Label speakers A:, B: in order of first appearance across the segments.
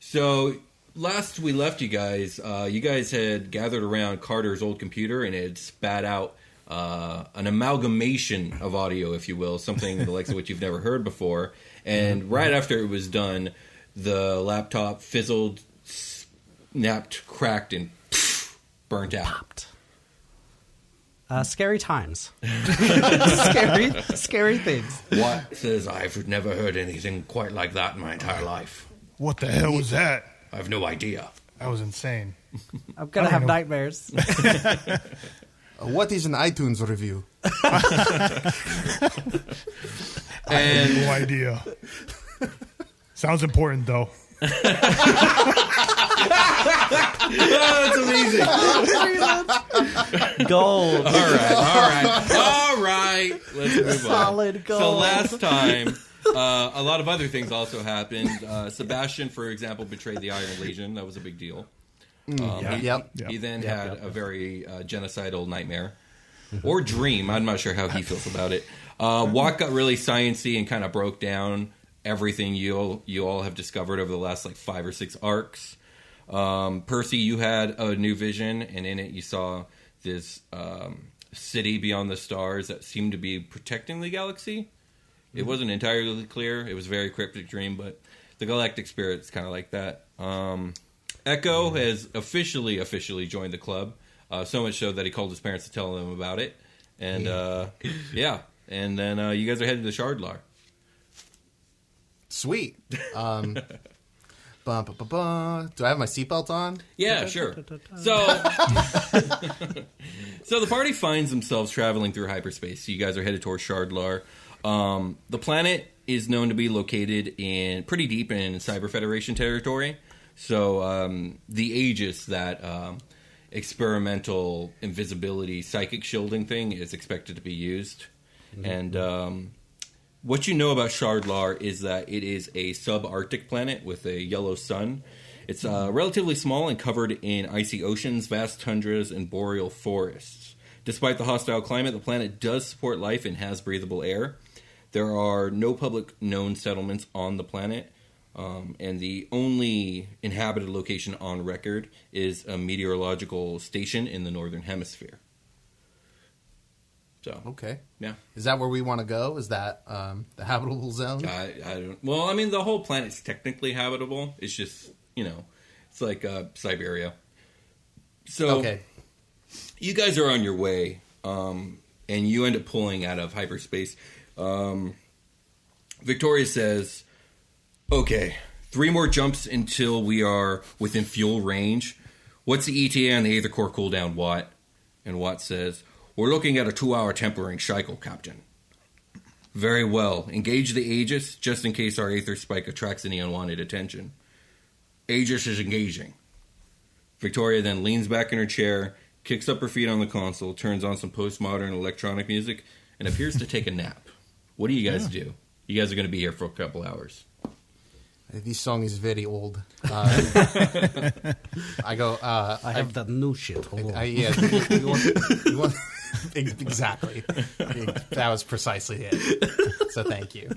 A: So last we left you guys, uh, you guys had gathered around Carter's old computer and it spat out uh, an amalgamation of audio, if you will, something the likes of which you've never heard before. And right after it was done, the laptop fizzled, snapped, cracked, and burnt out.
B: Uh, scary times. scary, scary things.
A: Watt says, "I've never heard anything quite like that in my entire life.
C: What the hell was that?
A: I've no idea."
C: That was insane.
B: I'm gonna
C: I don't
B: have
D: Oh.
C: know.
B: nightmares.
D: Uh, What is an iTunes review?
A: And
C: No idea. Sounds important though.
A: that's amazing.
B: Gold.
A: All right, all right, all right. Let's move on.
B: Solid
A: So
B: gold.
A: last time, uh, a lot of other things also happened. Uh, Sebastian, for example, betrayed the Iron Legion. That was a big deal. Um,
C: Mm, yeah.
A: he,
D: Yep. Mm-hmm.
C: Yeah.
A: he then had a very uh, genocidal nightmare or dream. I'm not sure how he feels about it. Uh, Watt got really sciency and kind of broke down everything you all, you all have discovered over the last like five or six arcs. Um, Percy, you had a new vision, and in it you saw this um, city beyond the stars that seemed to be protecting the galaxy. It
D: Mm-hmm.
A: wasn't entirely clear. It was a very cryptic dream, but the galactic spirit's kind of like that. Um, Echo has officially, officially joined the club. Uh, so much so that he called his parents to tell them about it. And yeah, uh, yeah. and then uh, you guys are headed to Shardlar.
D: Sweet. Um, bum, ba, ba, ba. Do I have my seatbelt on?
A: Yeah, sure. So, so the party finds themselves traveling through hyperspace. So you guys are headed towards Shardlar. Um, the planet is known to be located in pretty deep in Cyber Federation territory. So um, the Aegis, that um, experimental invisibility psychic shielding thing, is expected to be used. And um, what you know about Shardlar is that it is a subarctic planet with a yellow sun. It's uh, relatively small and covered in icy oceans, vast tundras, and boreal forests. Despite the hostile climate, the planet does support life and has breathable air. There are no public known settlements on the planet, um, and the only inhabited location on record is a meteorological station in the northern hemisphere. So,
D: Okay.
A: yeah.
D: Is that where we want to go? Is that um, the habitable zone?
A: I, I don't. Well, I mean, the whole planet's technically habitable. It's just you know, it's like uh, Siberia. So
D: Okay.
A: you guys are on your way, um, and you end up pulling out of hyperspace. Um, Victoria says, "Okay, three more jumps until we are within fuel range. What's the ETA and the Aether Core cooldown, Watt?" And Watt says, "We're looking at a two-hour tempering cycle, Captain." Very well. Engage the Aegis just in case our Aether Spike attracts any unwanted attention. Aegis is engaging. Victoria then leans back in her chair, kicks up her feet on the console, turns on some postmodern electronic music, and appears to take a nap. What do you guys do? You guys are going to be here for a couple hours.
D: This song is very old. Uh, I go. Uh,
B: I have that new shit. Hold on.
D: I, yeah, you want- you want- ex- exactly. That was precisely it. So thank you.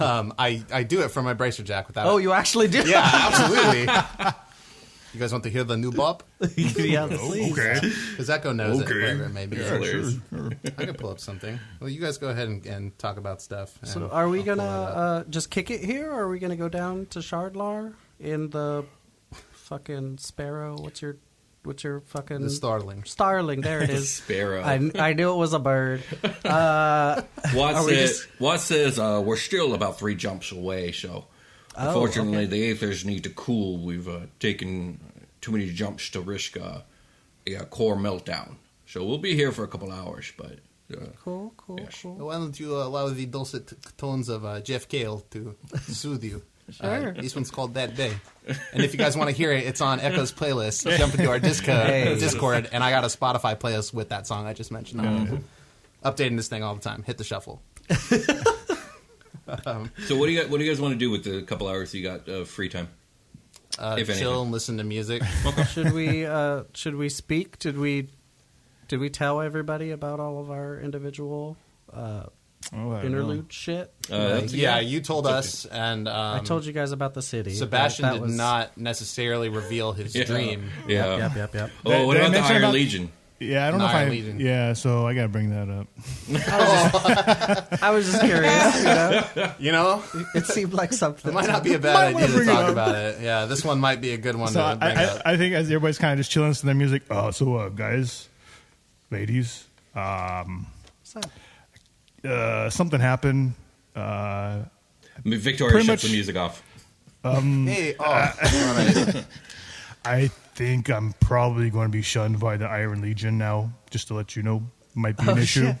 D: Um, I I do it from my bracer jack without.
B: oh, you actually do?
D: yeah, absolutely. You guys want to hear the new bop?
B: yes.
C: Okay.
D: Because Echo knows
A: Okay.
D: it. Whatever it may be.
A: Hilarious.
D: I could pull up something. Well, you guys go ahead and, and talk about stuff. and
B: So are we
D: I'll pull
B: gonna
D: it up.
B: uh, just kick it here, or are we gonna go down to Shardlar in the fucking Sparrow? What's your what's your fucking
D: the starling?
B: Starling? There it is.
A: Sparrow.
B: I, I knew it was a bird.
A: Watt
B: we
A: says,
B: just-
A: Watt says uh, we're still about three jumps away, so
B: Oh,
A: unfortunately the Aethers need to cool. We've uh, taken too many jumps to risk uh, a uh, core meltdown. So we'll be here for a couple hours, but uh,
B: Cool, cool,
A: Yes.
B: cool.
D: Why don't you allow the dulcet t- tones of uh, Jeff Cale to soothe you?
B: Sure.
D: this one's called That Day. And if you guys want to hear it, it's on Echo's playlist. Jump into our disco,
B: Hey.
D: Discord, and I got a Spotify playlist with that song I just mentioned. on it. Updating this thing all the time. Hit the shuffle.
A: So what do you guys, what do you guys want to do with the couple hours you got of free time?
D: Uh,
A: If anything.
D: chill and listen to music.
B: should we uh, should we speak? Did we did we tell everybody about all of our individual uh,
E: Oh, I don't know.
B: interlude shit.
D: Uh, yeah, you told us, and um,
B: I told you guys about the city. but
D: Sebastian
B: that
D: did
B: was-
D: not necessarily reveal his
A: Yeah.
D: dream.
A: Yeah.
B: Yep, yep, yep.
A: Oh,
E: Did-
A: what
E: did
A: about
E: I
A: the
E: mention
A: Higher
E: about-
A: Legion?
E: Yeah, I don't know if
D: Nile
E: I.
D: Legion.
E: Yeah, so I gotta bring that up.
D: Oh.
B: I was just curious. You know,
D: You know,
B: it seemed like something.
D: it might not be a
E: Might
D: bad
E: wanna
D: idea to
E: bring it
D: talk
E: up.
D: about it. Yeah, this one might be a good one
E: So I,
D: to bring
E: I,
D: up.
E: I think as everybody's kind of just chilling to their music. Oh, so uh, guys, ladies,
B: What's up?
E: uh, something happened. Uh,
A: Victoria
E: Pretty
A: shuts
E: much-
A: the music off.
D: hey, oh, all right.
E: I think I'm probably going to be shunned by the Iron Legion now. Just to let you know, might be an issue.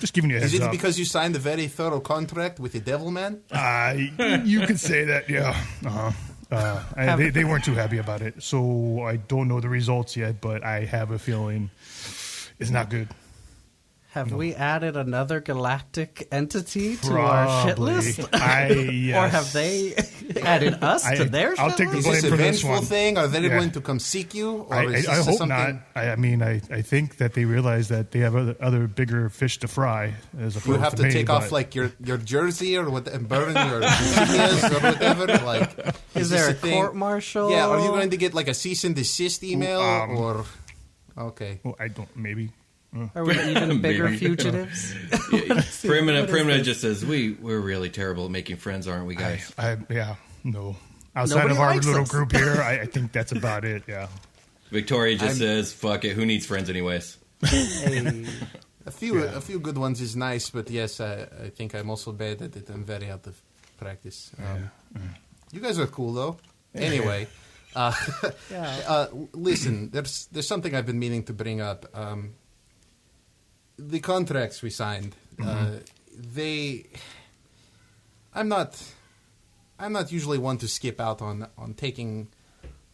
E: Just giving you a heads
D: Oh, is it
E: up.
D: because you signed a very thorough contract with the devil man?
E: Uh, you could say that, yeah. Uh-huh. Uh, I, they, they weren't too happy about it, so I don't know the results yet, but I have a feeling it's not good.
B: Have we added another galactic entity to our shit
E: Probably.
B: list?
E: I, yes.
B: Or have they added us
E: I-
B: to their
E: I'll
B: shit
E: take the
D: Is
B: list?
E: blame
D: this a
E: for this
D: vengeful
E: one.
D: thing? Are they
E: Yeah.
D: going to come seek you? Or
E: I,
D: is
E: I, I
D: this
E: hope
D: something?
E: not. I, I mean, I, I think that they realize that they have other, other bigger fish to fry. As
D: You
E: opposed
D: have to
E: me,
D: take off
E: but-
D: like your, your jersey or what and burn your insignias or whatever. Like,
B: Is
D: this
B: there a
D: thing-
B: court-martial?
D: Yeah, are you going to get like a cease and desist email
E: um,
D: or? Okay,
E: Well, I don't. Maybe
B: Are we even bigger
A: Maybe.
B: fugitives?
A: Primina, Primina just says, "We we're really terrible at making friends, aren't we,
E: I,
A: guys?"
E: I yeah no. Outside
B: Nobody
E: of our
B: likes
E: little
B: us.
E: group here, I, I think that's about it. Yeah.
A: Victoria just
D: I'm-
A: says, "Fuck it. Who needs friends, anyways?"
B: Hey,
D: a few a few good ones is nice, but yes, I, I think I'm also bad at it. I'm very out of practice. Um, You guys are cool though. Anyway,
B: yeah.
D: uh, l- listen, there's there's something I've been meaning to bring up. Um, the contracts we signed, uh, they. I'm not. I'm not usually one to skip out on on taking,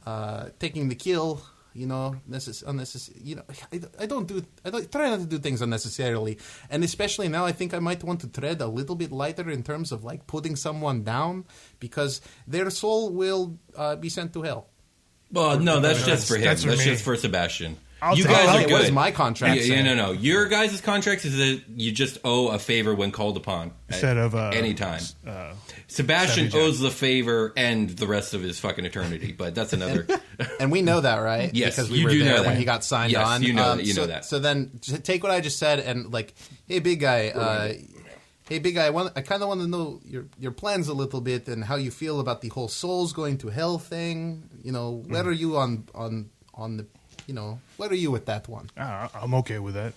D: uh, taking the kill. You know, necess- unnecessary. You know, I, d- I don't do. I don't try not to do things unnecessarily, and especially now, I think I might want to tread a little bit lighter in terms of like putting someone down because their soul will uh, be sent to hell.
A: Well, no, that's just for him.
E: That's
A: That's,
E: for me.
A: just for Sebastian.
E: I'll
A: you
E: take
A: guys
E: it.
A: are
D: Hey,
A: good.
D: what does my contract
A: Yeah,
D: say?
A: yeah, no, no. Your guys' contract is that you just owe a favor when called upon. at
E: Instead of, uh,
A: any time.
E: Uh,
A: Sebastian
E: Savage Act.
A: owes the favor and the rest of his fucking eternity, but that's another.
D: And we know that, right?
A: Yes,
D: because we
A: you
D: were
A: do
D: there
A: know
D: when
A: that.
D: he got signed
A: Yes,
D: on.
A: you know
D: Um,
A: that, you
D: so,
A: know that.
D: So then, j- take what I just said and like, hey, big guy. Uh, hey, big guy. I, want, I kind of want to know your your plans a little bit and how you feel about the whole souls going to hell thing. You know, where
A: Mm-hmm.
D: are you on on on the you know where are you with that one?
E: I, I'm okay with that.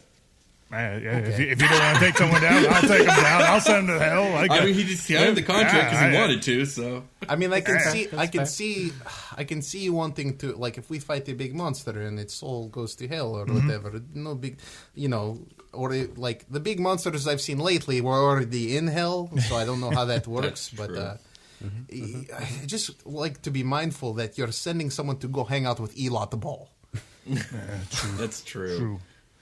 E: I, I, if, you, if you don't want to take someone down, I'll take them down. I'll send them to hell. I,
A: I
E: get-
A: mean, he just signed the contract because
E: Yeah,
A: he
E: I-
A: wanted to, so.
D: I mean, I can see, I can
B: fair.
D: see, I can see you wanting to like if we fight a big monster and its soul goes to hell or whatever. No big, you know, or it, like the big monsters I've seen lately were already in hell, so I don't know how that works, but.
A: true.
D: Uh, I just like to be mindful that you're sending someone to go hang out with Elot the Ball.
A: That's true.
E: True.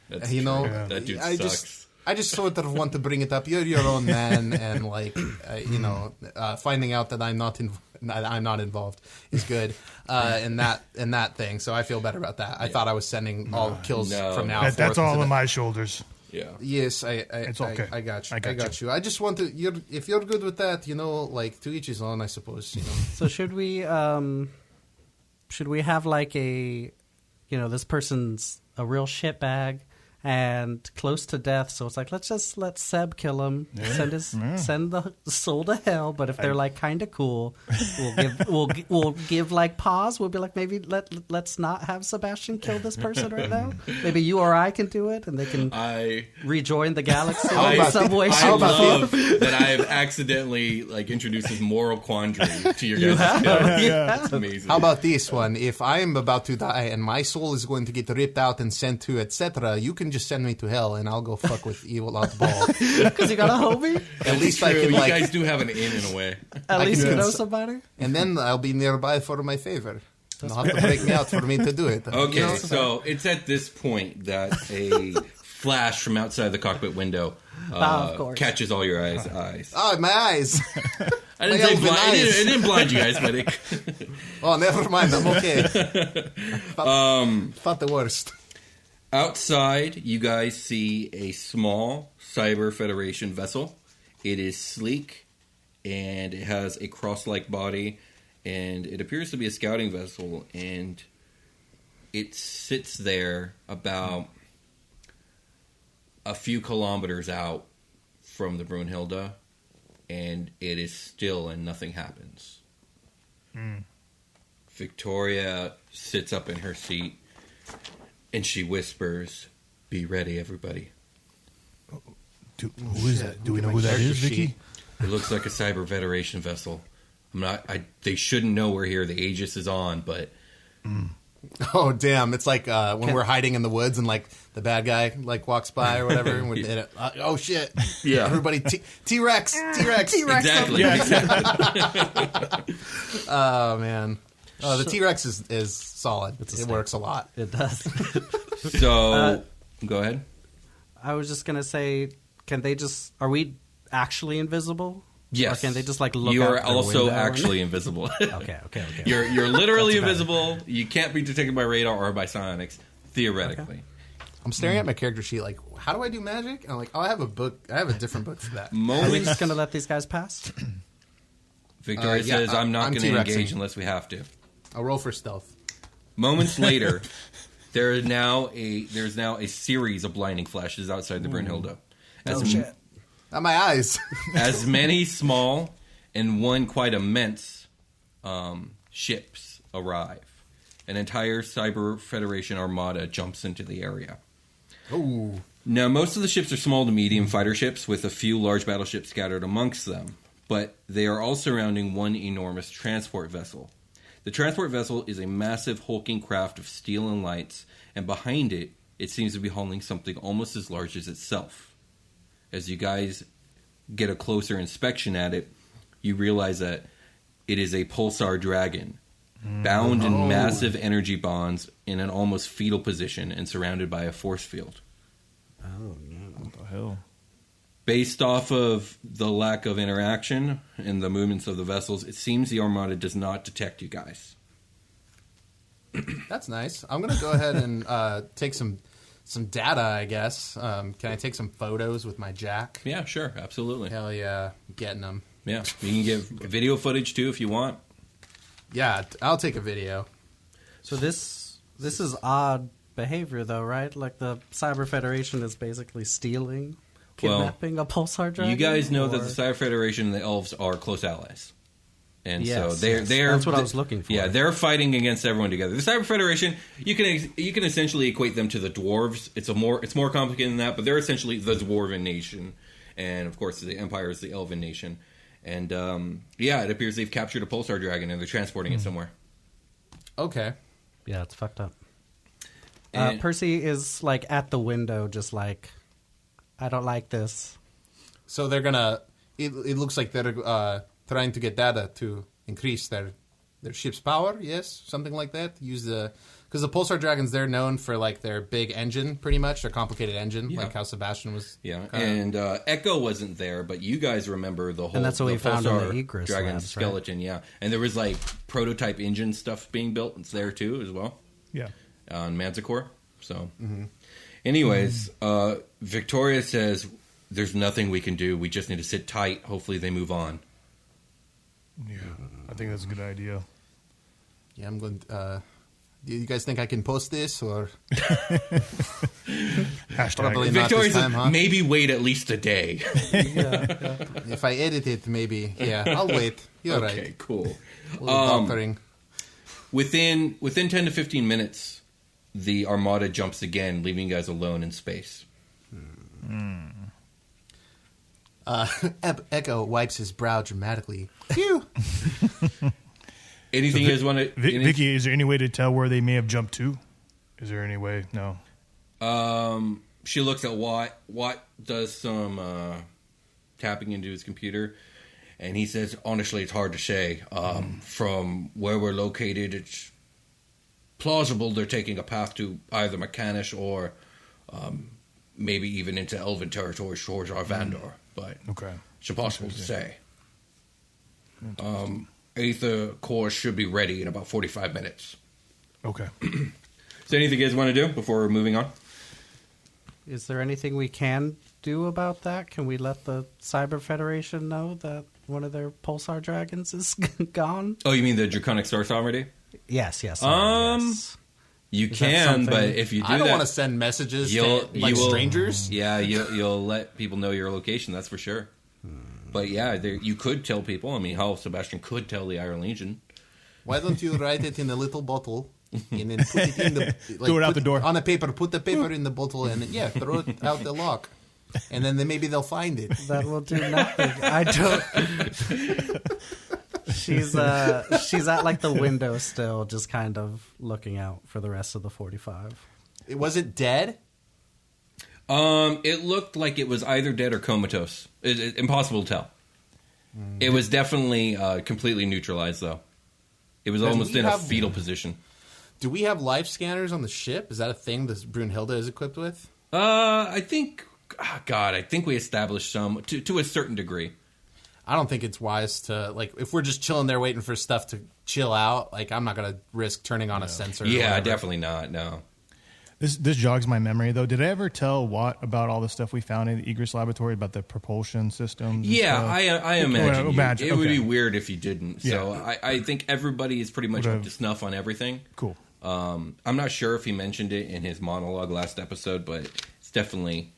A: That's
D: you know,
A: true. that dude
D: I
A: sucks.
D: just I just sort of want to bring it up. You're your own man, and like uh, you know, uh, finding out that I'm not in, that I'm not involved is good. Uh, in that in that thing, so I feel better about that. I thought I was sending all kills
A: No.
D: from now.
E: that, that's
D: forth
E: all
D: to
E: on
D: the-
E: my shoulders.
A: yeah.
D: Yes, I, I,
E: It's
D: I-
E: okay.
D: I, got you.
E: I
D: I
E: got
D: got, you. I just want to. You're, if you're good with that, you know, like to each his own. I suppose. You know.
B: So should we um should we have like a you know, this person's a real shit bag and close to death, so it's like let's just let Seb kill him, send his send the soul to hell. But if they're like kind of cool, we'll give we'll gi- we'll give like pause. We'll be like maybe let let's not have Sebastian kill this person right now. Maybe you or I can do it, and they can
A: I.
B: rejoin the galaxy
A: I,
B: in some way.
A: I
B: shape, or form.
A: love that I have accidentally like introduced this moral quandary to your guys' show. It's amazing.
D: How about this one? If I am about to die and my soul is going to get ripped out and sent to etc., you can just send me to hell and I'll go fuck with evil out ball.
B: Because you got a homie?
D: At least I
A: True,
D: can
A: you
D: like,
A: guys do have an in in a way.
B: At
D: I
B: least
D: can
B: you know
D: cons-
B: somebody?
D: and then I'll be nearby for my favor. You'll have to break me out for me to do it.
A: Okay,
D: You know?
A: so it's at this point that a flash from outside the cockpit window uh,
B: Ah, of course.
A: catches all your eyes. eyes.
D: Oh, my eyes.
A: I didn't
D: my
A: say
D: elven
A: blind. It
D: eyes.
A: didn't, it didn't blind you guys, but it,
D: Oh, never mind. I'm okay. Thought, um, thought the worst.
A: Outside, you guys see a small Cyber Federation vessel. It is sleek and it has a cross like body, and it appears to be a scouting vessel. And it sits there about a few kilometers out from the Brunhilde, and it is still, and nothing happens. Victoria sits up in her seat and she whispers, Be ready, everybody.
C: Do, who is that? Do we know who that
D: character
C: is, Vicky?
D: sheet.
A: It looks like a Cyber Federation vessel. I'm not. I, they shouldn't know we're here. The Aegis is on, but
D: Oh damn! It's like uh, when
B: Can-
D: we're hiding in the woods and like the bad guy like walks by or whatever. and we hit it. Uh, oh shit!
A: Yeah.
D: everybody T Rex, T Rex, T Rex.
A: exactly.
D: Oh man, oh, the T Rex is is solid.
B: a
D: it
B: snake.
D: works a lot.
B: It does.
A: So go ahead.
B: I was just gonna say, can they just? Are we actually invisible?
A: Yes.
B: Or can they just like look?
A: You
B: out
A: are
B: their
A: also
B: window and-
A: actually invisible.
B: okay, okay, okay.
A: You're you're literally invisible. You can't be detected by radar or by psionics, theoretically.
D: I'm staring at my character sheet like, how do I do magic? And I'm like, oh, I have a book. I have a different book for that.
B: are we just
A: Moments.
B: gonna let these guys pass?
A: Victoria
D: Uh, yeah,
A: says,
D: I-
A: "I'm not
D: I'm
A: going to
D: T-Rexing.
A: engage unless we have to."
D: I'll roll for stealth.
A: Moments later, there is now a there's now a series of blinding flashes outside the Brunhilde. As, m-
D: Not my eyes.
A: as many small and one quite immense um, ships arrive. An entire Cyber Federation armada jumps into the area.
D: Ooh,
A: Now, most of the ships are small to medium fighter ships, with a few large battleships scattered amongst them, but they are all surrounding one enormous transport vessel. The transport vessel is a massive hulking craft of steel and lights, and behind it, it seems to be hauling something almost as large as itself. As you guys get a closer inspection at it, you realize that it is a pulsar dragon, bound in massive energy bonds in an almost fetal position and surrounded by a force field
E: What the hell?
A: based off of the lack of interaction and the movements of the vessels, it seems the Armada does not detect you guys.
D: that's nice. I'm gonna go ahead and uh, take some some data. I guess. Um, can I take some photos with my jack?
A: Yeah, sure, absolutely. Yeah,
D: Hell yeah, getting them.
A: you can get video footage too if you want.
D: Yeah, t- I'll take a video.
B: So this this is odd behavior, though, right? Like the Cyber Federation is basically stealing,
A: Well,
B: kidnapping a pulsar dragon.
A: you guys know that
B: or-
A: the Cyber Federation and the Elves are close allies. And so
B: Yes,
A: they're
B: yes.
A: they're
B: That's what I was looking for.
A: Yeah, they're fighting against everyone together. The Cyber Federation, you can ex- you can essentially equate them to the dwarves. It's a more it's more complicated than that, but they're essentially the dwarven nation, and of course the Empire is the elven nation. And um, yeah, it appears they've captured a pulsar dragon and they're transporting
B: Hmm.
A: it somewhere.
D: Okay.
B: yeah, it's fucked up. Uh,
A: And-
B: Percy is like at the window, just like I don't like this.
D: So they're gonna. It, it looks like they're uh, trying to get data to increase their their ship's power. Yes, something like that. Use the because the pulsar dragons they're known for like their big engine, pretty much their complicated engine,
A: Yeah.
D: like how Sebastian was.
A: Yeah,
D: kinda-
A: and uh, Echo wasn't there, but you guys remember the whole.
B: that's what
A: the
B: we found in the
A: Pulsar
B: Ygritte
A: dragon
B: labs, right?
A: skeleton. Yeah, and there was like prototype engine stuff being built. It's there too as well uh,
C: Yeah.
A: on Manticore. So, anyways, uh, Victoria says there's nothing we can do. We just need to sit tight. Hopefully, they move on.
C: Yeah. I think that's a good idea.
D: yeah, I'm going. Uh, do you guys think I can post this or
C: Hashtag.
D: Probably not.
A: Victoria
D: this
A: says
D: time, huh?
A: maybe wait at least a day.
D: if I edit it? Maybe. Yeah, I'll wait. You're
A: okay, um,
D: right.
A: cool.
D: A little doctoring.
A: Within within ten to fifteen minutes, the Armada jumps again, leaving you guys alone in space.
D: Ep- Echo wipes his brow dramatically. Phew.
A: Anything you guys want to?
C: Vic, Vicky, is there any way to tell where they may have jumped to? Is there any way? No.
A: Um, she looks at Watt. Watt does some uh, tapping into his computer, and he says, "Honestly, it's hard to say. Um, From where we're located, it's plausible they're taking a path to either Mechanish or um, maybe even into Elven territory towards Arvandor. But
C: Okay.
A: it's impossible to say. Um, Aether core should be ready in about forty-five minutes.
C: Okay.
A: Is there anything you guys want to do before moving on?
B: Is there anything we can do about that? Can we let the Cyber Federation know that one of their pulsar dragons is gone?
A: Oh, you mean the Draconic Star Sovereignty?
B: Yes, yes.
A: Um,
B: yes.
A: You
B: Is that
A: can, but
B: something-
A: if you do
D: I don't
A: that,
D: want to send messages
A: you'll
D: to like
A: you will-
D: strangers.
A: Yeah, you'll, you'll let people know your location. That's for sure. But yeah, there, you could tell people. I mean, hell, Sebastian could tell the Iron Legion.
D: Why don't you write it in a little bottle and then put it in the like,
E: Throw it out
D: put-
E: the door.
D: on a paper? Put the paper in the bottle and yeah, throw it out the lock, and then they, maybe they'll find it.
B: That will do nothing. I don't. she's uh, she's at like the window still, just kind of looking out for the rest of the forty-five.
D: It was it dead.
A: Um, it looked like it was either dead or comatose. It, it- impossible to tell.
D: Mm.
A: It was definitely uh, completely neutralized, though. It was
D: Then
A: almost
D: we
A: in a
D: have-
A: fetal position.
D: Do we have life scanners on the ship? Is that a thing that Brunhilde is equipped with?
A: Uh, I think, ah, God, I think we established some to to a certain degree.
D: I don't think it's wise to like if we're just chilling there waiting for stuff to chill out. Like I'm not gonna risk turning on a sensor. or
A: yeah,
D: whatever.
A: definitely not. No.
E: This this jogs my memory though. Did I ever tell Watt about all the stuff we found in the Egress laboratory about the propulsion systems? and
A: Yeah,
E: stuff?
A: I I
E: Okay,
A: imagine. you-
E: imagine,
A: It would
E: okay.
A: be weird if you didn't. So
E: Yeah.
A: I, I think everybody is pretty much
E: Would
A: up
E: have-
A: to snuff on everything.
E: cool.
A: Um, I'm not sure if he mentioned it in his monologue last episode, but it's definitely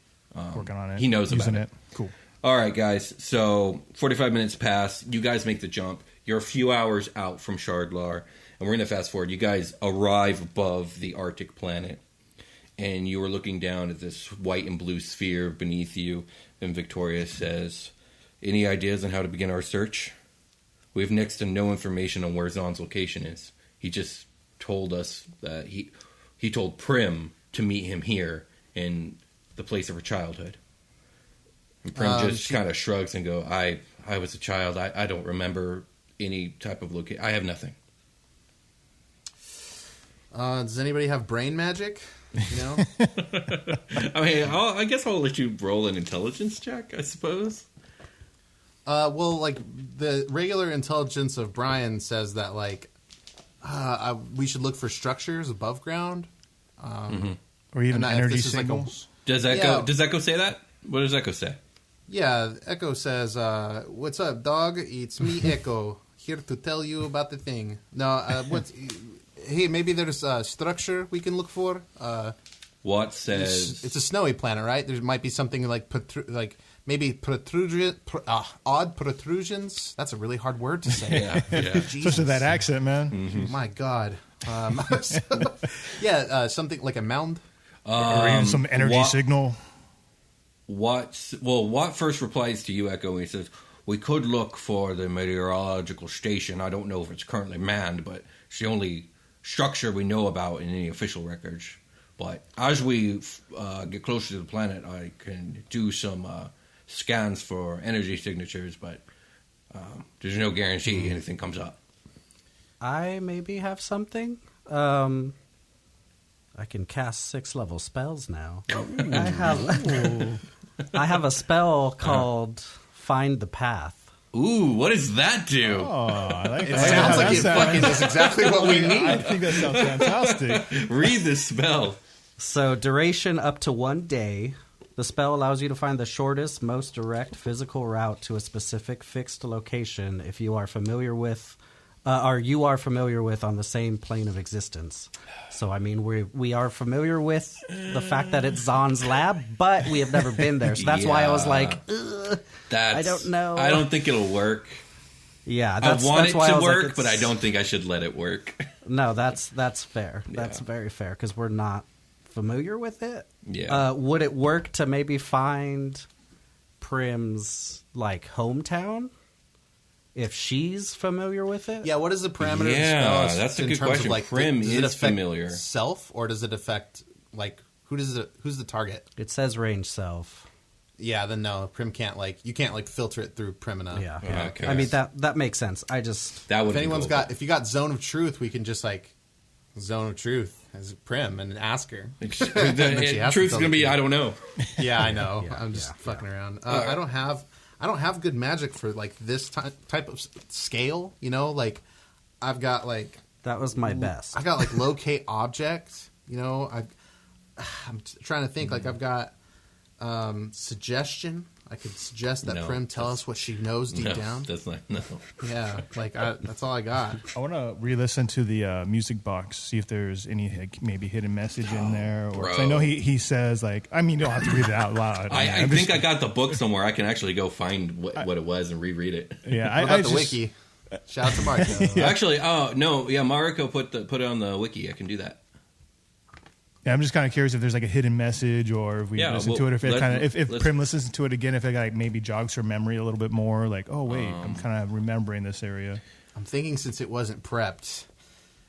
E: Working on it.
A: Um, he knows
E: using
A: about it.
E: Cool.
A: All right, guys. So 45 minutes pass. You guys make the jump. You're a few hours out from Shardlar, and we're going to fast forward. You guys arrive above the Arctic planet, and you are looking down at this white and blue sphere beneath you. And Victoria says, Any ideas on how to begin our search? We have next to no information on where Zahn's location is. He just told us that he he told Prim to meet him here in the place of her childhood. And Prim
D: Um,
A: just
D: she-
A: kind of shrugs and go, "I I was a child. I, I don't remember any type of location. I have nothing."
D: Uh, does anybody have brain magic? No.
A: I mean, I'll, I guess I'll let you roll an intelligence check, I suppose.
D: Uh, well, like the regular intelligence of Brian says that like uh, I, we should look for structures above ground.
E: Or even
D: And I- if
E: energy
D: this is like a-
E: signals.
A: Does that
D: Yeah.
A: go? Does that go say that? What does that go say?
D: Yeah, Echo says, uh, "What's up, dog? It's me, Echo, here to tell you about the thing." No, uh, what? hey, maybe there's a structure we can look for. Uh,
A: Watt
D: it's,
A: says,
D: it's a snowy planet, right? There might be something like protru- like maybe protrusion, pr- uh, odd protrusions. That's a really hard word to say.
A: "Yeah, yeah."
E: Especially that accent, man.
A: Mm-hmm.
D: My God. Um, so- yeah, uh, something like a mound.
E: or
A: um,
D: Um,
E: even some energy
A: Watt-
E: signal.
A: Watt, well, Watt first replies to you, Echo, and he says, We could look for the meteorological station. I don't know if it's currently manned, but it's the only structure we know about in any official records. But as we uh, get closer to the planet, I can do some uh, scans for energy signatures, but um, there's no
B: Hmm.
A: guarantee anything comes up.
B: I maybe have something. Um, I can cast six level spells now. I have I have a spell called Find the Path.
A: Ooh, what does that do?
E: Oh, I like that. I like
D: It
E: how that
D: sounds like it
E: sounds.
D: fucking is exactly what we need.
E: I think that sounds fantastic.
A: Read this spell.
B: So duration up to one day. The spell allows you to find the shortest, most direct physical route to a specific fixed location if you are familiar with, uh, or you are familiar with on the same plane of existence. So I mean, we we are familiar with the fact that it's Zahn's lab, but we have never been there. So that's why I was
A: Yeah.
B: like, Ugh.
A: That's,
B: I don't know.
A: I don't think it'll work.
B: yeah,
A: I
B: that's,
A: want
B: that's
A: it
B: why I
A: to
B: was like,
A: work, but I
B: it's-
A: don't think I should let it work.
B: No, that's that's fair. That's
A: Yeah.
B: very fair because we're not familiar with it.
A: Yeah.
B: Uh, would it work to maybe find Prim's like hometown if she's familiar with it?
D: Yeah, what is the parameter
A: Yeah,
D: of the spell?
A: that's a
D: in
A: good
D: terms
A: question.
D: Of like,
A: Prim
D: does it
A: is
D: affect
A: familiar.
D: Self, or does it affect like who does it? Who's the target?
B: It says range self.
D: Yeah, then no, Prim can't like you can't like filter it through Prim enough.
B: Yeah.
A: Yeah, Oh, okay.
B: I mean that that makes sense. I just
A: That would.
D: If anyone's got, if you got Zone of Truth, we can just like Zone of Truth as Prim and ask her. then she has to
A: truth's
D: tell
A: gonna
D: the
A: be
D: truth.
A: I don't know.
D: Yeah, I know.
B: Yeah,
D: I'm just
B: yeah,
D: fucking around. Uh, I don't have I don't have good magic for like this ty- type of s- scale. You know, like I've got like
B: that was my best.
D: I got like locate object. You know, I I'm t- trying to think. Like I've got um, suggestion. I could suggest that
A: No,
D: Prim tell
A: that's-
D: us what she knows deep
A: No,
D: down.
A: that's not no.
D: Yeah, like I, that's all I got.
E: I want to re-listen to the uh, music box, see if there's any like, maybe hidden message
D: Oh,
E: in there. Or 'cause I
A: bro.
E: know he, he says like, I mean, you don't have to read it out loud.
A: I, I
E: I'm
A: think
E: just-
A: I got the book somewhere. I can actually go find what, what it was and reread it.
E: yeah, I,
D: What about
E: I
D: the
E: just-
D: wiki? Shout out to Marco.
A: Actually, oh no, yeah, Mariko put the put it on the wiki. I can do that.
E: Yeah, I'm just kind of curious if there's like a hidden message, or if we
A: Yeah,
E: listen
A: well,
E: to it, if it
A: let-
E: kind of if, if
A: let's-
E: Prim listens to it again, if it like maybe jogs her memory a little bit more, like, oh wait,
D: Um,
E: I'm kind of remembering this area.
D: I'm thinking since it wasn't prepped.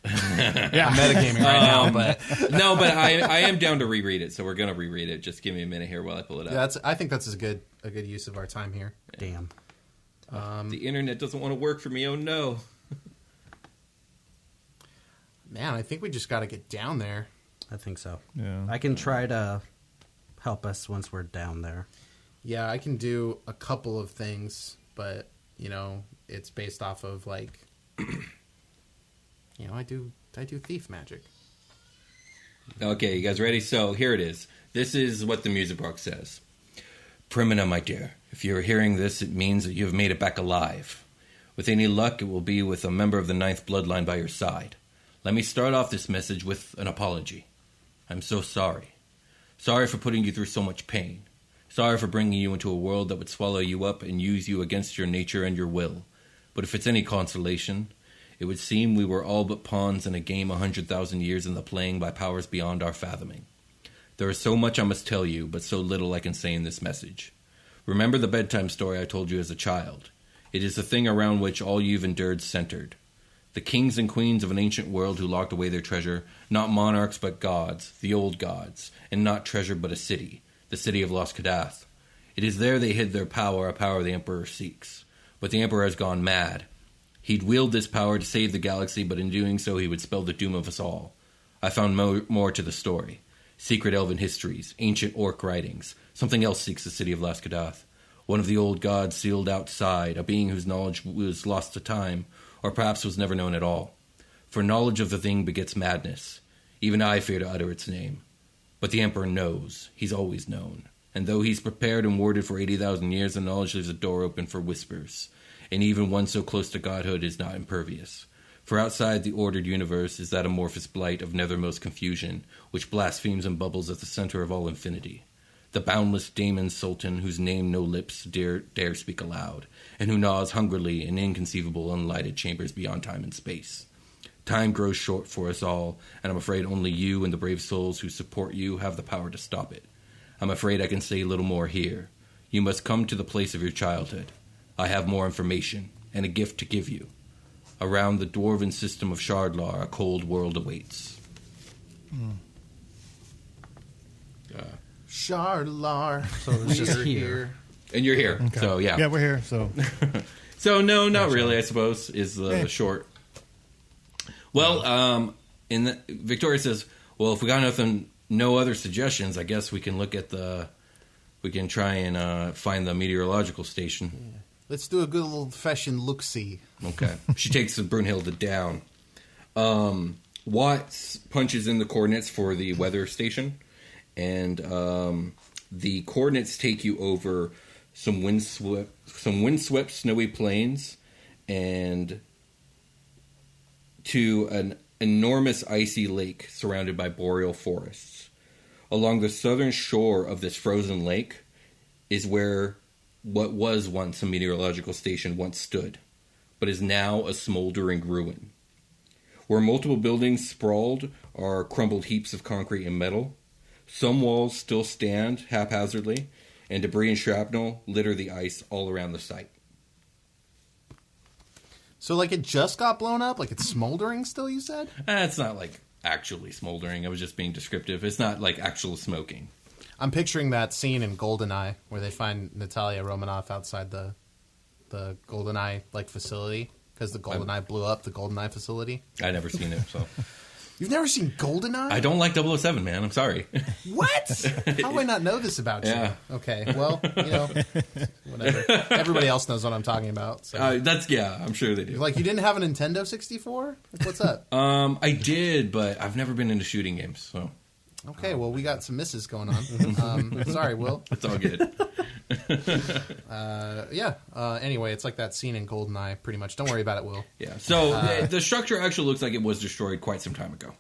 E: Yeah,
D: Metagaming right now,
A: Um,
D: but
A: no, but I I am down to reread it, so we're gonna reread it. Just give me a minute here while I pull it up.
D: yeah, that's. I think that's a good a good use of our time here.
B: Damn.
A: the internet doesn't want to work for me. Oh no.
D: Man, I think we just got to get down there.
B: I think so.
E: Yeah.
B: I can try to help us once we're down there.
D: Yeah, I can do a couple of things, but you know, it's based off of like, you know, I do I do thief magic.
A: Okay, you guys ready? So here it is. This is what the music box says. Primina, my dear, if you're hearing this, it means that you have made it back alive. With any luck, it will be with a member of the Ninth Bloodline by your side. Let me start off this message with an apology. I'm so sorry. Sorry for putting you through so much pain. Sorry for bringing you into a world that would swallow you up and use you against your nature and your will. But if it's any consolation, it would seem we were all but pawns in a game a hundred thousand years in the playing by powers beyond our fathoming. There is so much I must tell you, but so little I can say in this message. Remember the bedtime story I told you as a child. It is the thing around which all you've endured centered. The kings and queens of an ancient world who locked away their treasure, not monarchs but gods, the old gods, and not treasure but a city, the city of Los Cadath. It is there they hid their power, a power the Emperor seeks. But the Emperor has gone mad. He'd wield this power to save the galaxy, but in doing so, he would spell the doom of us all. I found mo- more to the story secret elven histories, ancient orc writings. Something else seeks the city of Laskadath. One of the old gods sealed outside, a being whose knowledge was lost to time, or perhaps was never known at all. For knowledge of the thing begets madness. Even I fear to utter its name. But the Emperor knows. He's always known. And though he's prepared and warded for 80,000 years, the knowledge leaves a door open for whispers. And even one so close to godhood is not impervious. For outside the ordered universe is that amorphous blight of nethermost confusion, which blasphemes and bubbles at the center of all infinity. The boundless daemon sultan, whose name no lips dare, dare speak aloud, and who gnaws hungrily in inconceivable unlighted chambers beyond time and space. Time grows short for us all, and I'm afraid only you and the brave souls who support you have the power to stop it. I'm afraid I can say little more here. You must come to the place of your childhood. I have more information and a gift to give you. Around the dwarven system of Shardlar, a cold world awaits.
D: Charlar, so
B: it's just here.
A: And you're here, so yeah.
E: yeah, we're here. So
A: So no, not really. I suppose is the the short. Well, um, in the, Victoria says, "Well, if we got nothing, no other suggestions, I guess we can look at the, we can try and uh, find the meteorological station."
D: Let's do a good old fashioned look see.
A: Okay, she takes the Brunhilde down. Um, Watts punches in the coordinates for the weather station, and um, the coordinates take you over some windswept, some windswept snowy plains, and to an enormous icy lake surrounded by boreal forests. Along the southern shore of this frozen lake is where what was once a meteorological station once stood, but is now a smoldering ruin. Where multiple buildings sprawled are crumbled heaps of concrete and metal. Some walls still stand haphazardly, and debris and shrapnel litter the ice all around the site.
D: So like it just got blown up, like it's smoldering still. You said
A: Eh, it's not like actually smoldering. I was just being descriptive. It's not like actual smoking.
D: I'm picturing that scene in Goldeneye where they find Natalia Romanoff outside the the Goldeneye like facility because the Goldeneye blew up the Goldeneye facility.
A: I never seen it, so
D: You've never seen Goldeneye?
A: I don't like 007, man. I'm sorry.
D: What? How do I not know this about you?
A: Yeah.
D: Okay. Well, you know, whatever. Everybody else knows what I'm talking about. So.
A: Uh, that's yeah. I'm sure they do.
D: like you didn't have a Nintendo 64? Like, what's up?
A: Um, I did, but I've never been into shooting games, so
D: Okay, well, we got some misses going
A: Mm-hmm.
D: on. um, sorry, Will.
A: It's all good.
D: Uh, yeah. Uh, anyway, it's like that scene in Goldeneye, pretty much. Don't worry about it, Will.
A: Yeah. So the, the structure actually looks like it was destroyed quite some time ago.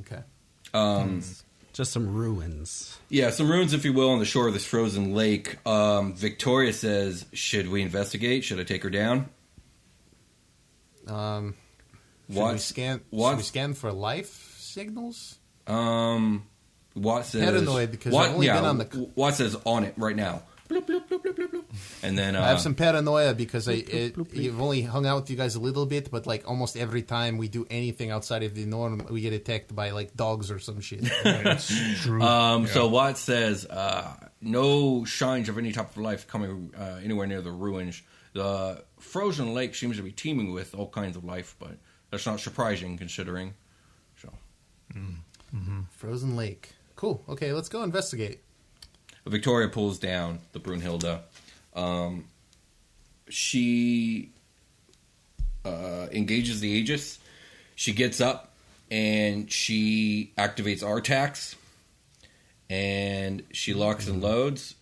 D: Okay.
A: Um,
B: Just some ruins.
A: yeah, some ruins, if you will, on the shore of this frozen lake. Um, Victoria says, "Should we investigate? Should I take her down?"
D: Um, should
A: What?
D: we scan?
A: What?
D: Should we scan for life signals?
A: Um, Watt says,
D: Paranoid because I've only been on the-
A: Watt says on it right now. Bloop, bloop, bloop, bloop, bloop, bloop. And then uh,
D: I have some paranoia because I it, you've only hung out with you guys a little bit, but like almost every time we do anything outside of the norm, we get attacked by like dogs or some shit.
C: It's true.
A: Um, So Watt says, uh, no signs of any type of life coming uh, anywhere near the ruins. The frozen lake seems to be teeming with all kinds of life, but that's not surprising considering. So
D: Frozen Lake. Cool. Okay, let's go investigate.
A: Victoria pulls down the Brunhilde. Um, she uh, engages the Aegis. She gets up and she activates Artax. And she locks and loads.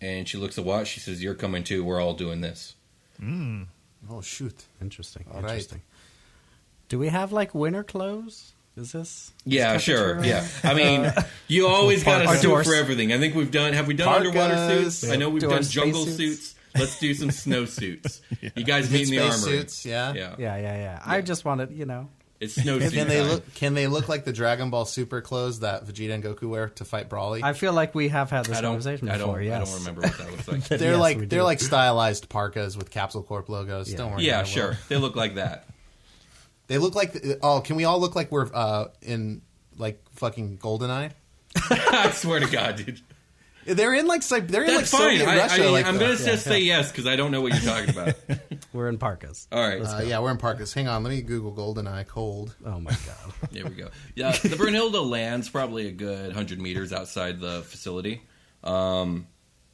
A: And she looks at Watt. She says, You're coming too. We're all doing this.
D: Oh shoot.
B: Interesting.
D: All right.
B: interesting. Do we have like winter clothes? Is this?
A: Yeah,
B: this
A: sure.
B: temperature?
A: Yeah. I mean, you always got a
B: Parkas.
A: suit for everything. I think we've done, have we done underwater
D: Parkas.
A: suits? I know we've
B: Do our
A: done jungle
B: spacesuits.
A: suits. Let's do some snow suits. You guys meet in the
D: Space
A: armor.
D: suits, yeah.
A: Uh, Yeah.
B: Yeah, yeah, yeah. I just wanted, you know,
A: It's snow suit.
D: Can they
A: time.
D: look? Can they look like the Dragon Ball Super clothes that Vegeta and Goku wear to fight Brawly?
B: I feel like we have had this
A: I don't,
B: conversation
A: I
B: before.
A: don't,
B: yes.
A: I don't remember what that looks like.
D: they're
B: Yes, we
D: like they're
B: do.
D: like stylized parkas with Capsule Corp logos. Don't worry.
A: yeah,
D: about it, Will.
A: sure. They look like that.
D: They look like oh, can we all look like we're uh, in like fucking Goldeneye?
A: I swear to God, dude.
D: They're in like Sy- they're in like
A: That's fine.
D: Soviet
A: I,
D: Russia.
A: I,
D: like
A: I'm
D: the-
A: going to just say yes because I don't know what you're talking about.
B: We're in parkas.
A: All right.
D: Uh, yeah, we're in parkas. Hang on, let me Google Goldeneye cold.
B: Oh my god.
A: There we go. Yeah, the Brunhilde lands probably a good 100 meters outside the facility. Um,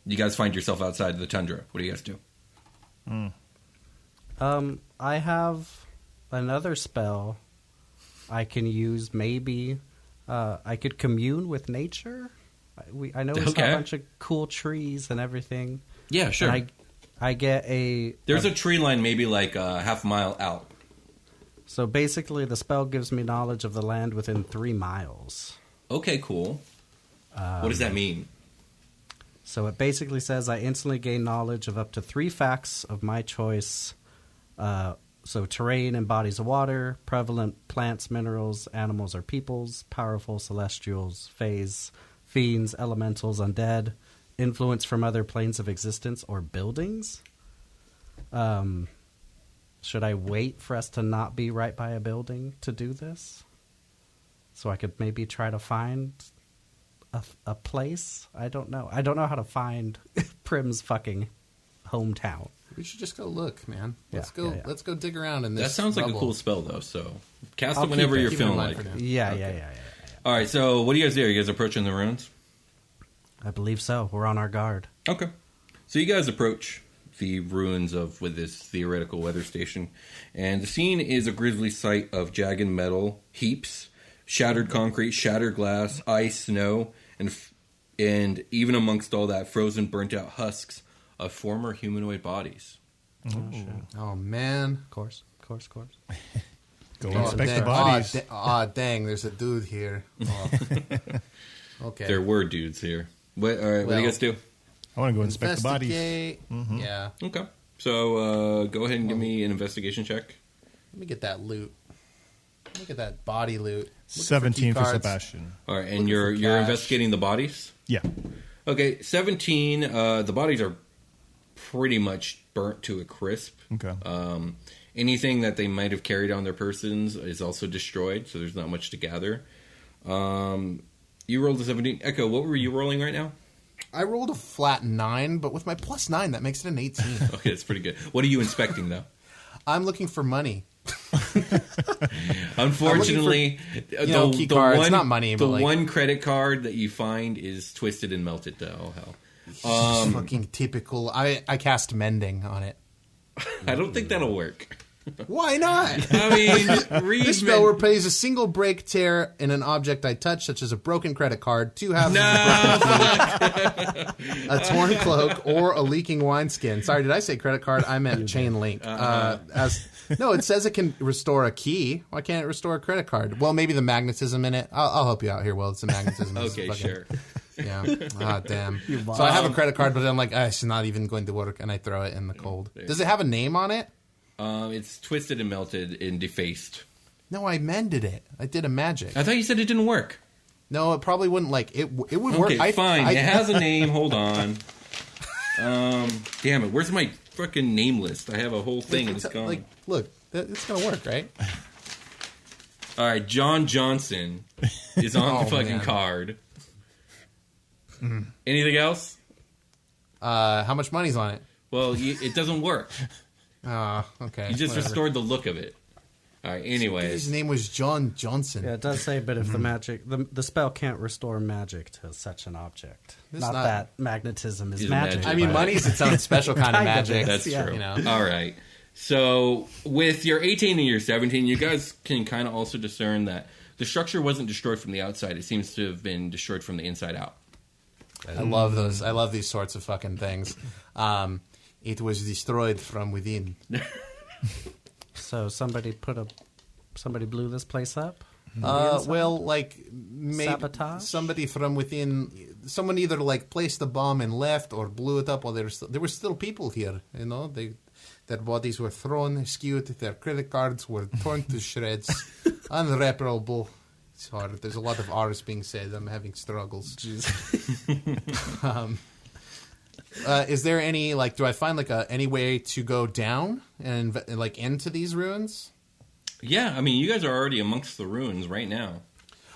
A: you guys find yourself outside the tundra. What do you guys do?
B: um, I have another spell I can use. Maybe uh, I could commune with nature. I- We, I know we saw
A: Okay.
B: a bunch of cool trees and everything.
A: Yeah, sure.
B: And I, I get a
A: There's a tree line maybe like a half mile out.
B: So basically, the spell gives me knowledge of the land within three miles.
A: Okay, cool. what does that mean?
B: So it basically says I instantly gain knowledge of up to three facts of my choice. Uh, so terrain and bodies of water, prevalent plants, minerals, animals, or peoples, powerful celestials, phase, fiends, elementals, undead, influence from other planes of existence or buildings. Um, should I wait for us to not be right by a building to do this? So I could maybe try to find a, a place. I don't know. I don't know how to find Prim's fucking hometown.
D: We should just go look, man. Let's
B: Yeah,
D: go.
B: yeah, yeah.
D: Let's go dig around in this.
A: That sounds like a
D: rubble.
A: cool spell, though. So cast
B: I'll
A: it whenever you're
B: keep it.
D: Um, Keep it in
A: feeling
D: mind
A: like
D: for now.
A: it.
B: Yeah, yeah, yeah, yeah, yeah.
A: All right, so what do you guys do? Are you guys approaching the ruins?
B: I believe so. We're on our guard.
A: Okay. So you guys approach the ruins of with this theoretical weather station, and the scene is a grisly sight of jagged metal heaps, shattered concrete, shattered glass, ice, snow, and f- and even amongst all that, frozen, burnt out husks of former humanoid bodies.
D: Oh man.
B: Of course, of course, of course.
E: Go
D: Oh,
E: inspect
D: dang.
E: the bodies.
D: Aw, da- aw, dang, there's a dude here. Oh. okay.
A: There were dudes here. What, all right, what do you
D: Well-
A: guys do?
E: I want to go inspect the bodies. Mm-hmm.
D: Investigate. Yeah.
A: Okay. So uh, go ahead and give me an investigation check.
D: Let me get that loot. Look at that body loot. Looking for key
E: Seventeen for
D: cards.
E: Sebastian.
A: All right,
D: Looking
A: and you're
D: for
A: you're
D: cash.
A: investigating the bodies.
E: Yeah.
A: Okay, 17. Uh, the bodies are pretty much burnt to a crisp.
E: Okay.
A: Um, anything that they might have carried on their persons is also destroyed, so there's not much to gather. Um, you rolled a 17. Echo, what were you rolling right now?
D: I rolled a flat nine, but with my plus nine, that makes it an 18.
A: Okay, that's pretty good. What are you inspecting, though?
D: I'm looking for money.
A: Unfortunately, uh,
D: you know,
A: the,
D: key
A: the
D: cards,
A: one,
D: not money,
A: the
D: but, like-
A: one credit card that you find is twisted and melted to all hell.
E: Um,
D: Fucking typical. I, I cast mending on it.
A: I don't think that'll work.
D: Why not?
A: I mean, read
D: This
A: men-
D: spell pays a single break tear in an object I touch, such as a broken credit card, two halves,
A: Ah,
D: a torn cloak, or a leaking wineskin. Sorry, did I say credit card? I meant chain link.
A: Uh-huh.
D: Uh, as no, it says it can restore a key. Why can't it restore a credit card? Well, maybe the magnetism in it. I'll, I'll help you out here. Well, it's the magnetism. It's
A: Okay,
D: fucking-
A: sure.
D: Yeah. Ah, damn. So I have a credit card, but I'm like, ah, it's not even going to work, and I throw it in
A: Mm,
D: the cold. Does it have a name on it?
A: Um, it's twisted and melted and defaced.
D: No, I mended it. I did a magic.
A: I thought you said it didn't work.
D: No, it probably wouldn't like it. w- It would work.
A: Okay,
D: I,
A: fine.
D: I,
A: it has a name. Hold on. Um, damn it. Where's my fucking name list? I have a whole thing and it's gone.
D: uh, Like, look, that- it's gonna work, right?
A: All right, John Johnson is on
D: Oh,
A: the fucking
D: man. Mm-hmm.
A: card. Anything else?
D: Uh, how much money's on it?
A: Well, you, it doesn't work.
D: Ah, okay.
A: You just
D: whatever.
A: restored the look of it. All right.
D: His
A: Anyways,
D: name was John Johnson.
B: Yeah, it does say, but if the magic, the, the spell can't restore magic to such an object.
D: It's
B: Not,
D: not-
B: that magnetism is
A: Is
B: magic.
A: magic.
D: I mean,
A: Right.
D: money's its own special kind of
B: Kind of
D: magic.
B: is,
A: that's
B: yeah.
A: true.
D: You know.
A: All right. So with your 18 and your 17, you guys can kind of also discern that the structure wasn't destroyed from the outside. It seems to have been destroyed from the inside out.
D: I love those. I love these sorts of fucking things. Um, it was destroyed from within.
B: So somebody put a, somebody blew this place up.
D: Uh, well, like maybe
B: Sabotage?
D: somebody from within, someone either like placed the bomb and left, or blew it up. Or there, was- there were still people here. You know, they, their bodies were thrown, skewed, their credit cards were torn to shreds, unreparable. It's hard. There's a lot of R's being said. I'm having struggles. Um, Uh, is there any like? Do I find like a any way to go down and inve- like into these ruins?
A: Yeah, I mean, you guys are already amongst the ruins right now.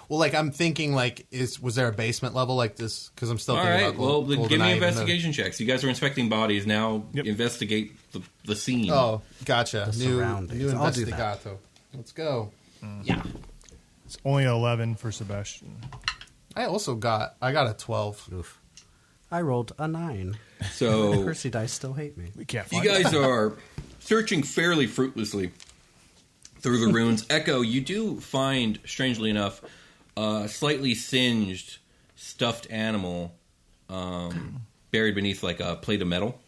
D: Well, like I'm thinking, like is was there a basement level like this? Because I'm still
A: All
D: thinking
A: right.
D: about
A: Well,
D: Gold,
A: then give me
D: GoldenEye, even though-
A: investigation checks. You guys are inspecting bodies now.
E: Yep.
A: Investigate the, the scene.
D: Oh, gotcha.
B: The
D: new
B: surroundings.
D: new
B: I'll do that.
D: investigato. Let's go. Yeah.
E: It's only an 11 for Sebastian.
D: I also got I got a twelve.
B: I rolled a nine.
D: Oh.
A: so
B: Percy dice still hate me.
E: We can't
A: you
E: find
A: guys are searching fairly fruitlessly through the ruins. Echo, you do find, strangely enough, a slightly singed stuffed animal um, buried beneath like a plate of metal.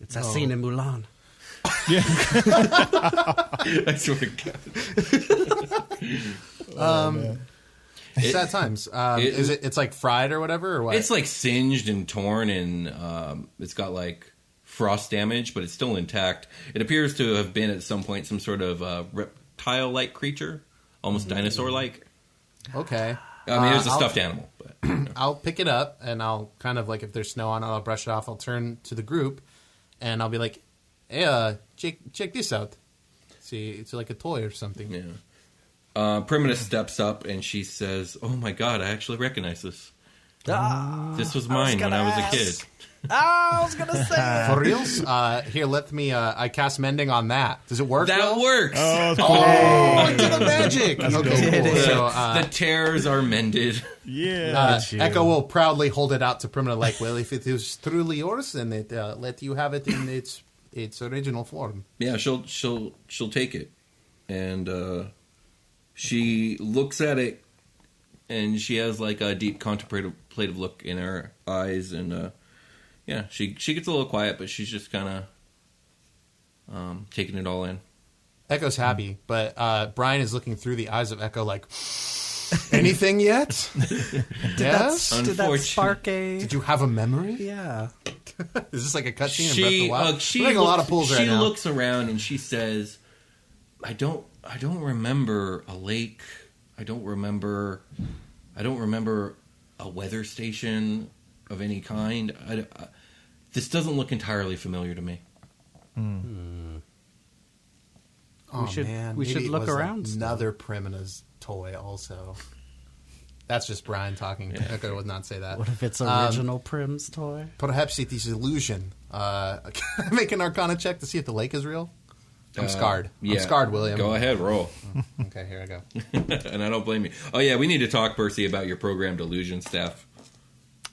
B: It's
D: Oh.
B: that scene in Mulan.
A: I swear to Oh, God.
D: It's at times. Um,
A: it-
D: is it? It's like fried or whatever, or what?
A: It's like singed and torn, and um, it's got like frost damage, but it's still intact. It appears to have been at some point some sort of uh, reptile-like creature, almost dinosaur-like.
D: okay.
A: I mean, it was a
D: Mm-hmm. Uh, I'll-
A: stuffed animal. But.
D: I'll pick it up and I'll kind of like if there's snow on it, I'll brush it off. I'll turn to the group and I'll be like, "Hey, uh, check check this out. See, it's like a toy or something."
A: Yeah. Uh, Primitive steps up and she says, "Oh my god, I actually recognize this. this was mine when I was a kid.
B: I was gonna say.
D: For reals? Uh, here, let me. Uh, I cast mending on that. Does it work?
A: That
D: well?
A: works.
E: Oh, cool.
D: Oh, I did a magic. okay,
B: dope.
D: cool.
A: the,
D: So, uh,
A: the tears are mended.
E: yeah.
D: Uh, Echo will proudly hold it out to Primina, like, well, if it is truly yours, then it uh, let you have it in its its original form.
A: yeah, she'll she'll she'll take it, and uh, she looks at it, and she has like a deep contemplative contemplative look in her eyes, and uh, yeah, she she gets a little quiet, but she's just kind of um, taking it all in.
D: Echo's happy,
B: Hmm.
D: but uh, Brian is looking through the eyes of Echo, like, anything yet? yes.
B: Did that
A: Unfortunate-
B: spark a?
D: Did you have a memory?
B: yeah.
D: Is this like a cutscene in Breath of the
A: she
D: Wild?
A: uh, she
D: We're making a lot
A: looks-
D: of pulls
A: she
D: right now.
A: looks around and she says, "I don't I don't remember a lake. I don't remember I don't remember a weather station of any kind. I, I- this doesn't look entirely familiar to me."
D: Oh,
B: We should-
D: man,
B: we
D: maybe
B: should
D: it
B: look
D: was
B: around still.
D: Another Primina's toy, also. That's just Brian talking. Echo would not say that.
B: What if it's
D: Um,
B: original Prim's toy?
D: Perhaps it is illusion. Uh, can I make an Arcana check to see if the lake is real? I'm
A: Uh,
D: scarred. I'm scarred, William.
A: Go ahead, roll.
D: Okay, here I go.
A: and I don't blame you. Oh yeah, we need to talk, Percy, about your programmed illusion stuff.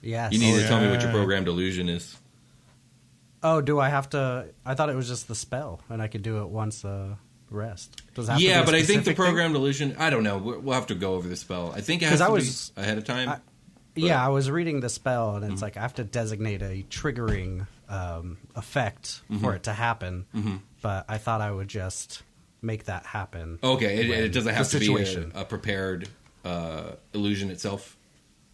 B: Yes.
A: You need
E: Oh,
A: to tell me what your
E: yeah.
A: programmed illusion is.
B: Oh, do I have to? I thought it was just the spell, and I could do it once a rest. Does that have
A: yeah,
B: to
A: but
B: be a
A: I think the
B: specific thing?
A: programmed illusion. I don't know. we- We'll have to go over the spell. I think it
B: 'Cause
A: has
B: I
A: to
B: was-
A: be ahead of time.
B: I- yeah, I was reading the spell, and it's
A: Mm-hmm.
B: like I have to designate a triggering um, effect
A: Mm-hmm.
B: for it to happen. But I thought I would just make that happen.
A: okay, it, it
B: when
A: doesn't
B: the
A: have to be
B: situation.
A: a, a prepared uh, illusion itself.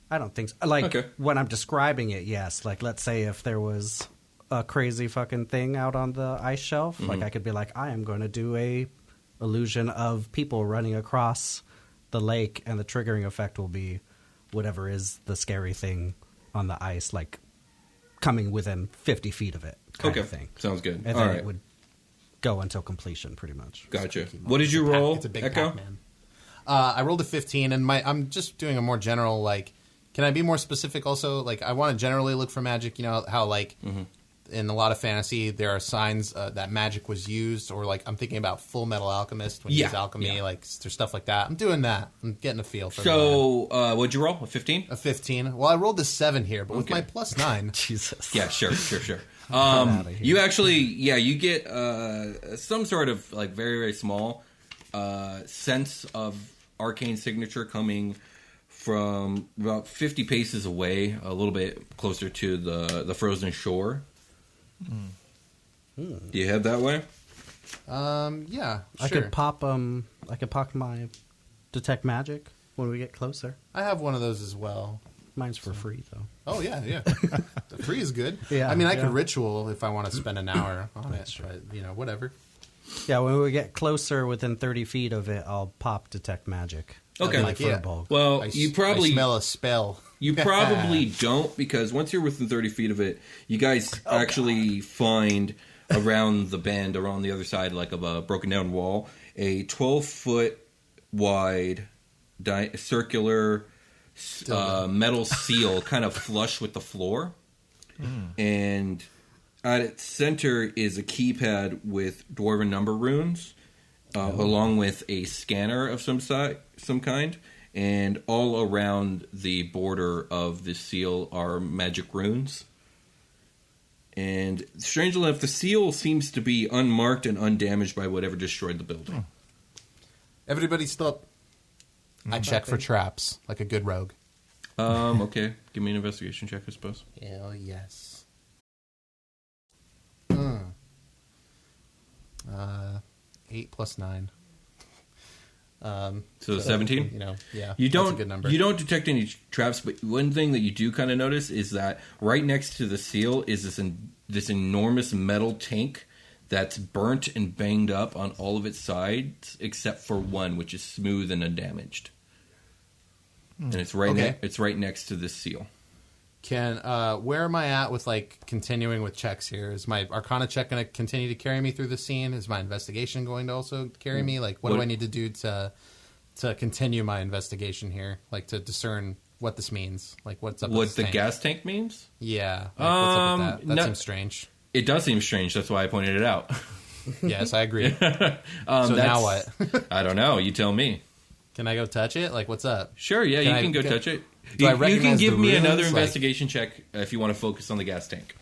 B: I don't think so. Like
A: Okay.
B: when I'm describing it, yes. Like let's say if there was a crazy fucking thing out on the ice shelf, like I could be like, I am going to do a illusion of people running across the lake, and the triggering effect will be whatever is the scary thing on the ice, like coming within 50 feet of it, kind
A: Okay,
B: of thing.
A: sounds good.
B: And then
A: All right,
B: it would go until completion, pretty much.
A: gotcha. What did you
D: Pac-
A: roll?
D: It's a big
A: Echo.
D: Pac-Man. Uh, I rolled a 15, and my I'm just doing a more general like. Can I be more specific? Also, like I want to generally look for magic. You know how like
A: Mm-hmm.
D: in a lot of fantasy there are signs uh, that magic was used, or like I'm thinking about Full Metal Alchemist when he
A: Yeah,
D: used alchemy,
A: yeah.
D: like s- there's stuff like that. I'm doing that. I'm getting a feel for that.
A: So, uh, what'd you roll? A fifteen?
D: a 15. Well, I rolled a seven here, but with
A: Okay.
D: my plus nine,
B: Jesus.
A: Yeah, sure, sure, sure. Um,
B: outta here.
A: you actually, yeah, you get uh, some sort of like very, very small uh, sense of arcane signature coming from about 50 paces away, a little bit closer to the, the frozen shore.
B: Hmm.
A: Do you head that way?
D: um, yeah,
B: I
D: sure.
B: could pop um I could pop my detect magic when we get closer.
D: I have one of those as well.
B: Mine's for free though.
D: Oh yeah, yeah. the free is good.
B: Yeah,
D: I mean, I
B: yeah.
D: could ritual if I want to spend an hour on it. But, you know, whatever.
B: Yeah, when we get closer within 30 feet of it, I'll pop detect magic.
A: Okay.
B: Like
A: Like,
B: for
D: yeah.
B: a bulk.
A: Well,
D: I s-
A: Oh, you
D: I
A: probably
D: smell a spell.
A: You probably don't because once you're within 30 feet of it, you guys
D: Oh,
A: actually find around the bend, around the other side, like of a broken down wall, a 12 foot wide di- circular s- uh, metal seal kind of flush with the floor.
D: Mm.
A: And at its center is a keypad with dwarven number runes uh, along with a scanner of some si- some kind, and all around the border of the seal are magic runes. And strangely enough, the seal seems to be unmarked and undamaged by whatever destroyed the building.
D: Everybody stop.
B: Mm-hmm.
D: I check for traps like a good rogue.
A: Um, okay, give me an investigation check, I suppose.
D: Hell yes. Hmm. Uh, eight plus nine. Um,
A: So 17?
D: You know, yeah.
A: You don't
D: That's a good number.
A: you don't detect any traps, but one thing that you do kind of notice is that right next to the seal is this en- this enormous metal tank that's burnt and banged up on all of its sides except for one, which is smooth and undamaged. And it's right
D: Okay.
A: ne- it's right next to this seal.
D: Can uh, where am I at with like continuing with checks here? Is my Arcana check going to continue to carry me through the scene? Is my investigation going to also carry me? Like, what, do
A: Mm. What-
D: I need to do to to continue my investigation here? Like to discern what this means? Like what's up? with
A: What
D: this
A: the
D: tank?
A: gas tank means?
D: Yeah. Like, what's up with
A: Um,
D: that? That
A: no-
D: seems strange.
A: It does seem strange. That's why I pointed it out.
D: Yes, I agree.
A: Um,
D: so now
A: that's-
D: what?
A: I don't know. You tell me.
D: Can I go touch it? Like, what's up?
A: Sure, yeah,
D: Can
A: you
D: I-
A: can go
D: can-
A: touch it.
D: do
A: You,
D: I
A: you can
D: recognize
A: give
D: the
A: me
D: runes?
A: another
D: Like-
A: investigation check uh, if you want to focus on the gas tank.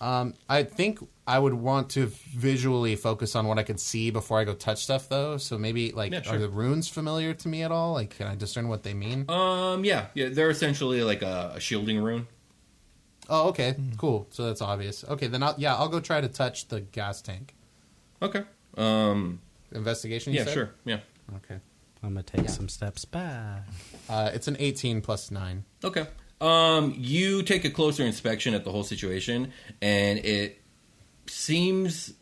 D: Um, I think I would want to visually focus on what I could see before I go touch stuff, though. So maybe, like,
A: Yeah, sure.
D: are the runes familiar to me at all? Like, can I discern what they mean?
A: Um, yeah, yeah, they're essentially like a, a shielding rune.
D: oh, okay,
B: Hmm.
D: cool. So that's obvious. Okay, then I'll yeah, I'll go try to touch the gas tank.
A: Okay. Um,
D: Investigation. You
A: yeah,
D: said?
A: sure. Yeah.
D: Okay.
B: I'm going to take
D: Yeah.
B: some steps back.
D: Uh, it's an eighteen plus nine.
A: Okay. Um, you take a closer inspection at the whole situation, and it seems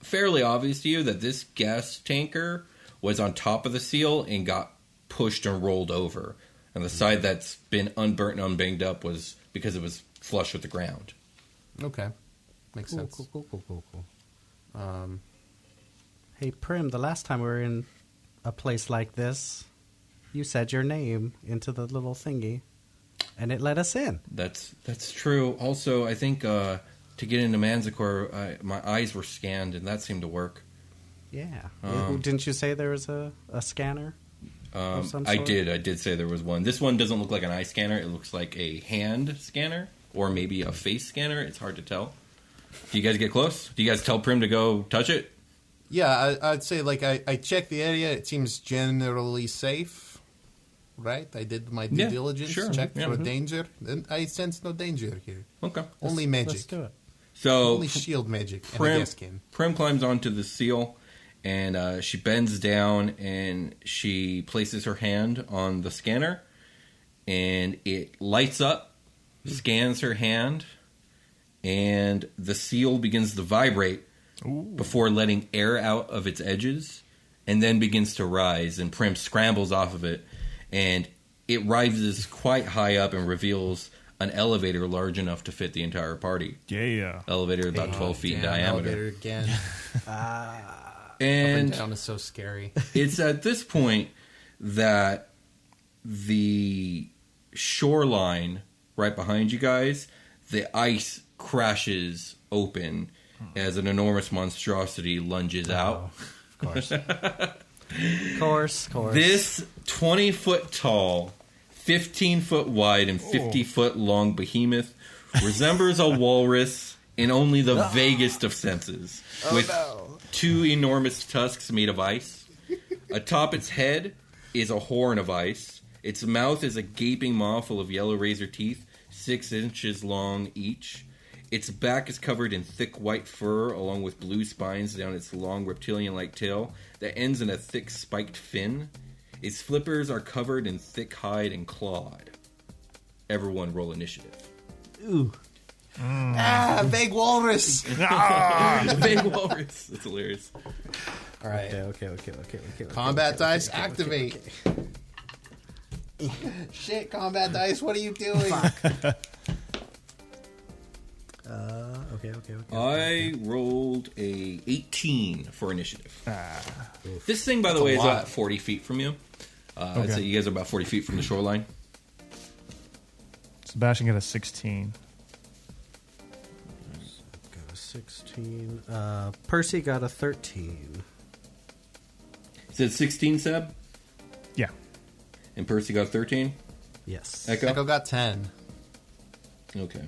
A: fairly obvious to you that this gas tanker was on top of the seal and got pushed and rolled over, and the side that's been unburnt and unbanged up was because it was flush with the ground.
D: Okay, makes
B: Cool,
D: sense.
B: cool, cool, cool, cool, cool.
D: Um,
B: Hey Prim, the last time we were in a place like this, you said your name into the little thingy and it let us in.
A: That's that's true. Also, I think uh, to get into Manzikor, I, my eyes were scanned, and that seemed to work.
B: Yeah.
A: Um,
B: Didn't you say there was a, a scanner?
A: Um,
B: some
A: I
B: sort?
A: did. I did say there was one. This one doesn't look like an eye scanner. It looks like a hand scanner or maybe a face scanner. It's hard to tell. Do you guys get close? Do you guys tell Prim to go touch it?
D: Yeah, I, I'd say like I, I checked the area. It seems generally safe, right? I did my due
A: Yeah,
D: diligence,
A: sure,
D: checked
A: yeah.
D: for
A: Mhm.
D: danger, and I sense no danger here.
A: Okay.
D: Only magic.
B: Let's do it.
A: So
D: Only shield magic and a
A: Prim,
D: gas can.
A: Prim climbs onto the seal and uh, she bends down and she places her hand on the scanner and it lights up,
D: Hmm.
A: scans her hand, and the seal begins to vibrate before letting air out of its edges and then begins to rise. And Prim scrambles off of it and it rises quite high up and reveals an elevator large enough to fit the entire party.
E: Yeah.
A: Elevator about 12 feet in
D: Oh, Damn,
A: diameter.
D: elevator again. and
A: And
D: down is so scary.
A: it's at this point that the shoreline right behind you guys, the ice crashes open
D: Hmm.
A: as an enormous monstrosity lunges out.
E: Of course.
B: Course, course.
A: This 20 foot tall, 15 foot wide, and 50 foot long behemoth resembles a walrus in only the vaguest of senses.
D: Oh,
A: with two enormous tusks made of ice. Atop its head is a horn of ice. Its mouth is a gaping maw full of yellow razor teeth, six inches long each. Its back is covered in thick white fur, along with blue spines down its long reptilian like tail that ends in a thick spiked fin. Its flippers are covered in thick hide and clawed. Everyone roll initiative.
B: Ooh.
D: ah, big walrus.
A: Big walrus. That's hilarious.
D: All right.
F: Okay, okay, okay, okay, okay. okay,
D: Combat
F: okay,
D: dice,
F: okay, okay,
D: activate. Shit, combat dice, what are you doing?
F: Okay, okay, okay.
A: Uh, I rolled a 18 for initiative. this thing, by the way, is
D: lot.
A: about 40 feet from you. Uh, I'd
E: Okay.
A: say you guys are about 40 feet from the shoreline.
E: Sebastian got a 16.
F: Got a 16. Uh, Percy got a 13.
A: Is it 16, Seb?
E: Yeah.
A: And Percy got 13?
F: Yes.
A: Echo?
D: Echo got 10.
A: Okay.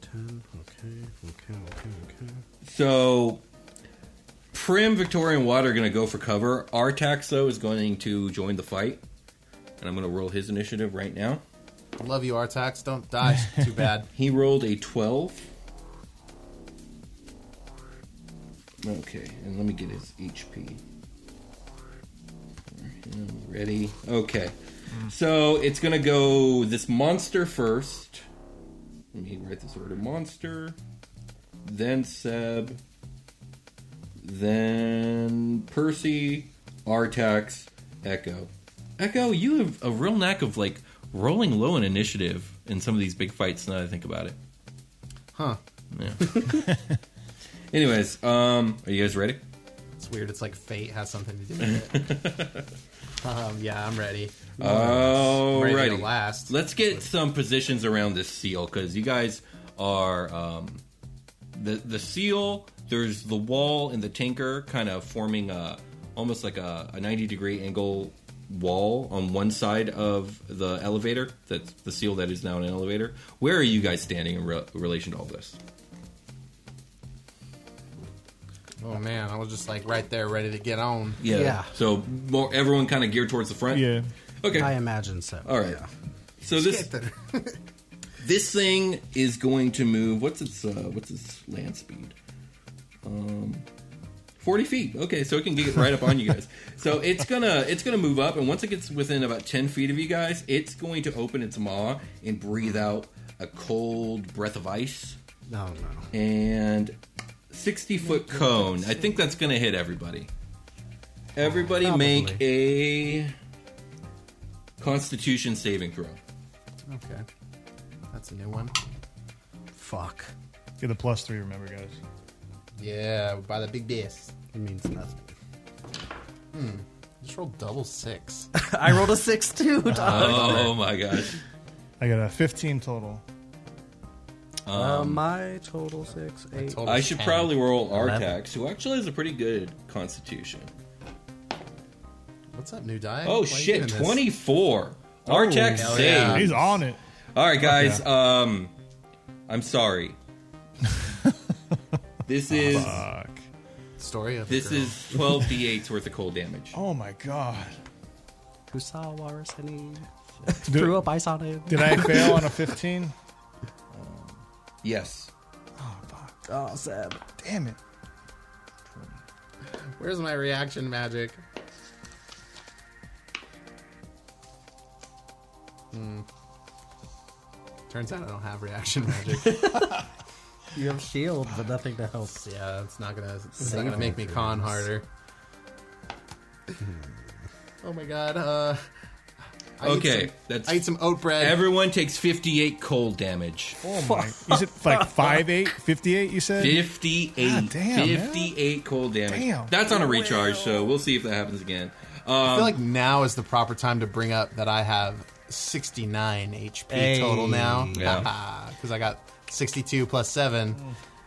F: 10. Okay, okay, okay, okay.
A: So, Prim, Victoria, and Watt are going to go for cover. Artax, though, is going to join the fight. And I'm going to roll his initiative right now.
D: Love you, Artax. Don't die. Too bad.
A: He rolled a 12. Okay, and let me get his HP. Ready? Okay. So it's going to go this monster first. Let me write this order monster, then Seb, then Percy, Artax, Echo. Echo, you have a real knack of like rolling low in initiative in some of these big fights. Now that I think about it.
D: Huh.
A: Yeah. Anyways, um, are you guys ready?
D: It's weird. It's like fate has something to do with it. um, yeah, I'm ready.
A: All
D: Oh, ready
A: righty.
D: to last.
A: Let's get some positions around this seal because you guys are um, the the seal. There's the wall and the tanker kind of forming a almost like a, a 90 degree angle wall on one side of the elevator. That's the seal that is now an elevator. Where are you guys standing in re- relation to all this?
D: Oh man, I was just like right there, ready to get on.
A: Yeah.
B: Yeah.
A: So more everyone kind of geared towards the front.
E: Yeah.
A: Okay.
B: I imagine so.
A: all right. So this
D: Skater.
A: this thing is going to move. What's its uh, what's its land speed? Um, forty feet. Okay, so it can get right up on you guys. So it's gonna it's gonna move up, and once it gets within about ten feet of you guys, it's going to open its maw and breathe out a cold breath of ice
F: No, Oh, no.
A: and sixty foot cone. I think that's gonna hit everybody. Everybody make a Constitution saving throw.
D: Okay, that's a new one.
F: Fuck.
E: Get the plus three, remember, guys.
D: Yeah, by the big dice.
F: It means nothing.
D: Just roll double six.
B: I rolled a six too.
F: Uh,
B: dog.
A: Oh my gosh.
E: I got a 15 total.
B: uh,
F: Um,
B: my total six, eight.
D: Total
A: I should
D: 10.
A: probably roll
B: Eleven.
A: Artax, who actually has a pretty good constitution.
D: What's up, new die?
A: Oh
D: Why are you
A: shit,
D: doing this?
A: 24. Artax
D: Oh, hell yeah.
A: saved.
E: He's on it.
A: All right, guys. Um, I'm sorry. This is
E: Fuck.
D: Story of a
A: this
D: girl.
A: is 12 d8s worth of cold damage.
E: Oh my god.
B: Kusawa Warasani threw
E: Did,
B: up ice on him.
E: did I fail on a 15?
A: Yes.
E: Oh fuck.
B: Oh, Seb.
E: Damn it.
D: Where's my reaction magic? Hmm. Turns out I don't have reaction magic.
F: You have shield, but nothing to help.
D: yeah, it's not gonna. It's not gonna make me con harder. oh my god. Uh, I ate
A: Okay,
D: some-
A: that's-
D: I ate some oat bread.
A: Everyone takes 58 cold damage.
E: Oh my. Is it like 5'8? 58, you said?
A: 58.
E: God damn, man.
A: 58 cold damage.
E: Damn.
A: That's on a recharge, so we'll see if that happens again. Um,
D: I feel like now is the proper time to bring up that I have 69 HP total now.
A: Yeah.
D: Because I got 62 plus 7,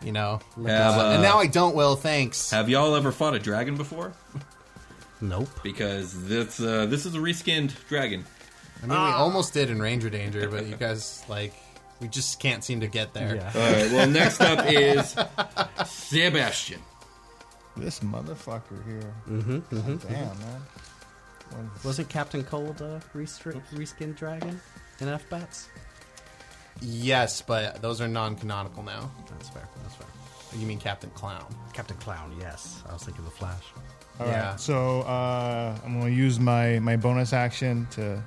D: you know.
A: Have, uh,
D: and now I don't, Will. Thanks.
A: Have y'all ever fought a dragon before?
F: Nope.
A: Because this uh, this is a reskinned dragon.
D: I mean, we almost did in Ranger Danger, but you guys, like, we just can't seem to get there.
F: Yeah.
A: All right. Well, next up is Sebastian.
E: This motherfucker here. Damn, man.
B: Wasn't Captain Cold
F: uh,
B: a restri- reskinned dragon in F Bats?
D: Yes, but those are non canonical now.
F: That's fair. That's fair.
D: You mean Captain Clown?
F: Captain Clown, yes. I was thinking the Flash.
E: All right.
D: Yeah.
E: So uh, I'm going to use my, my bonus action to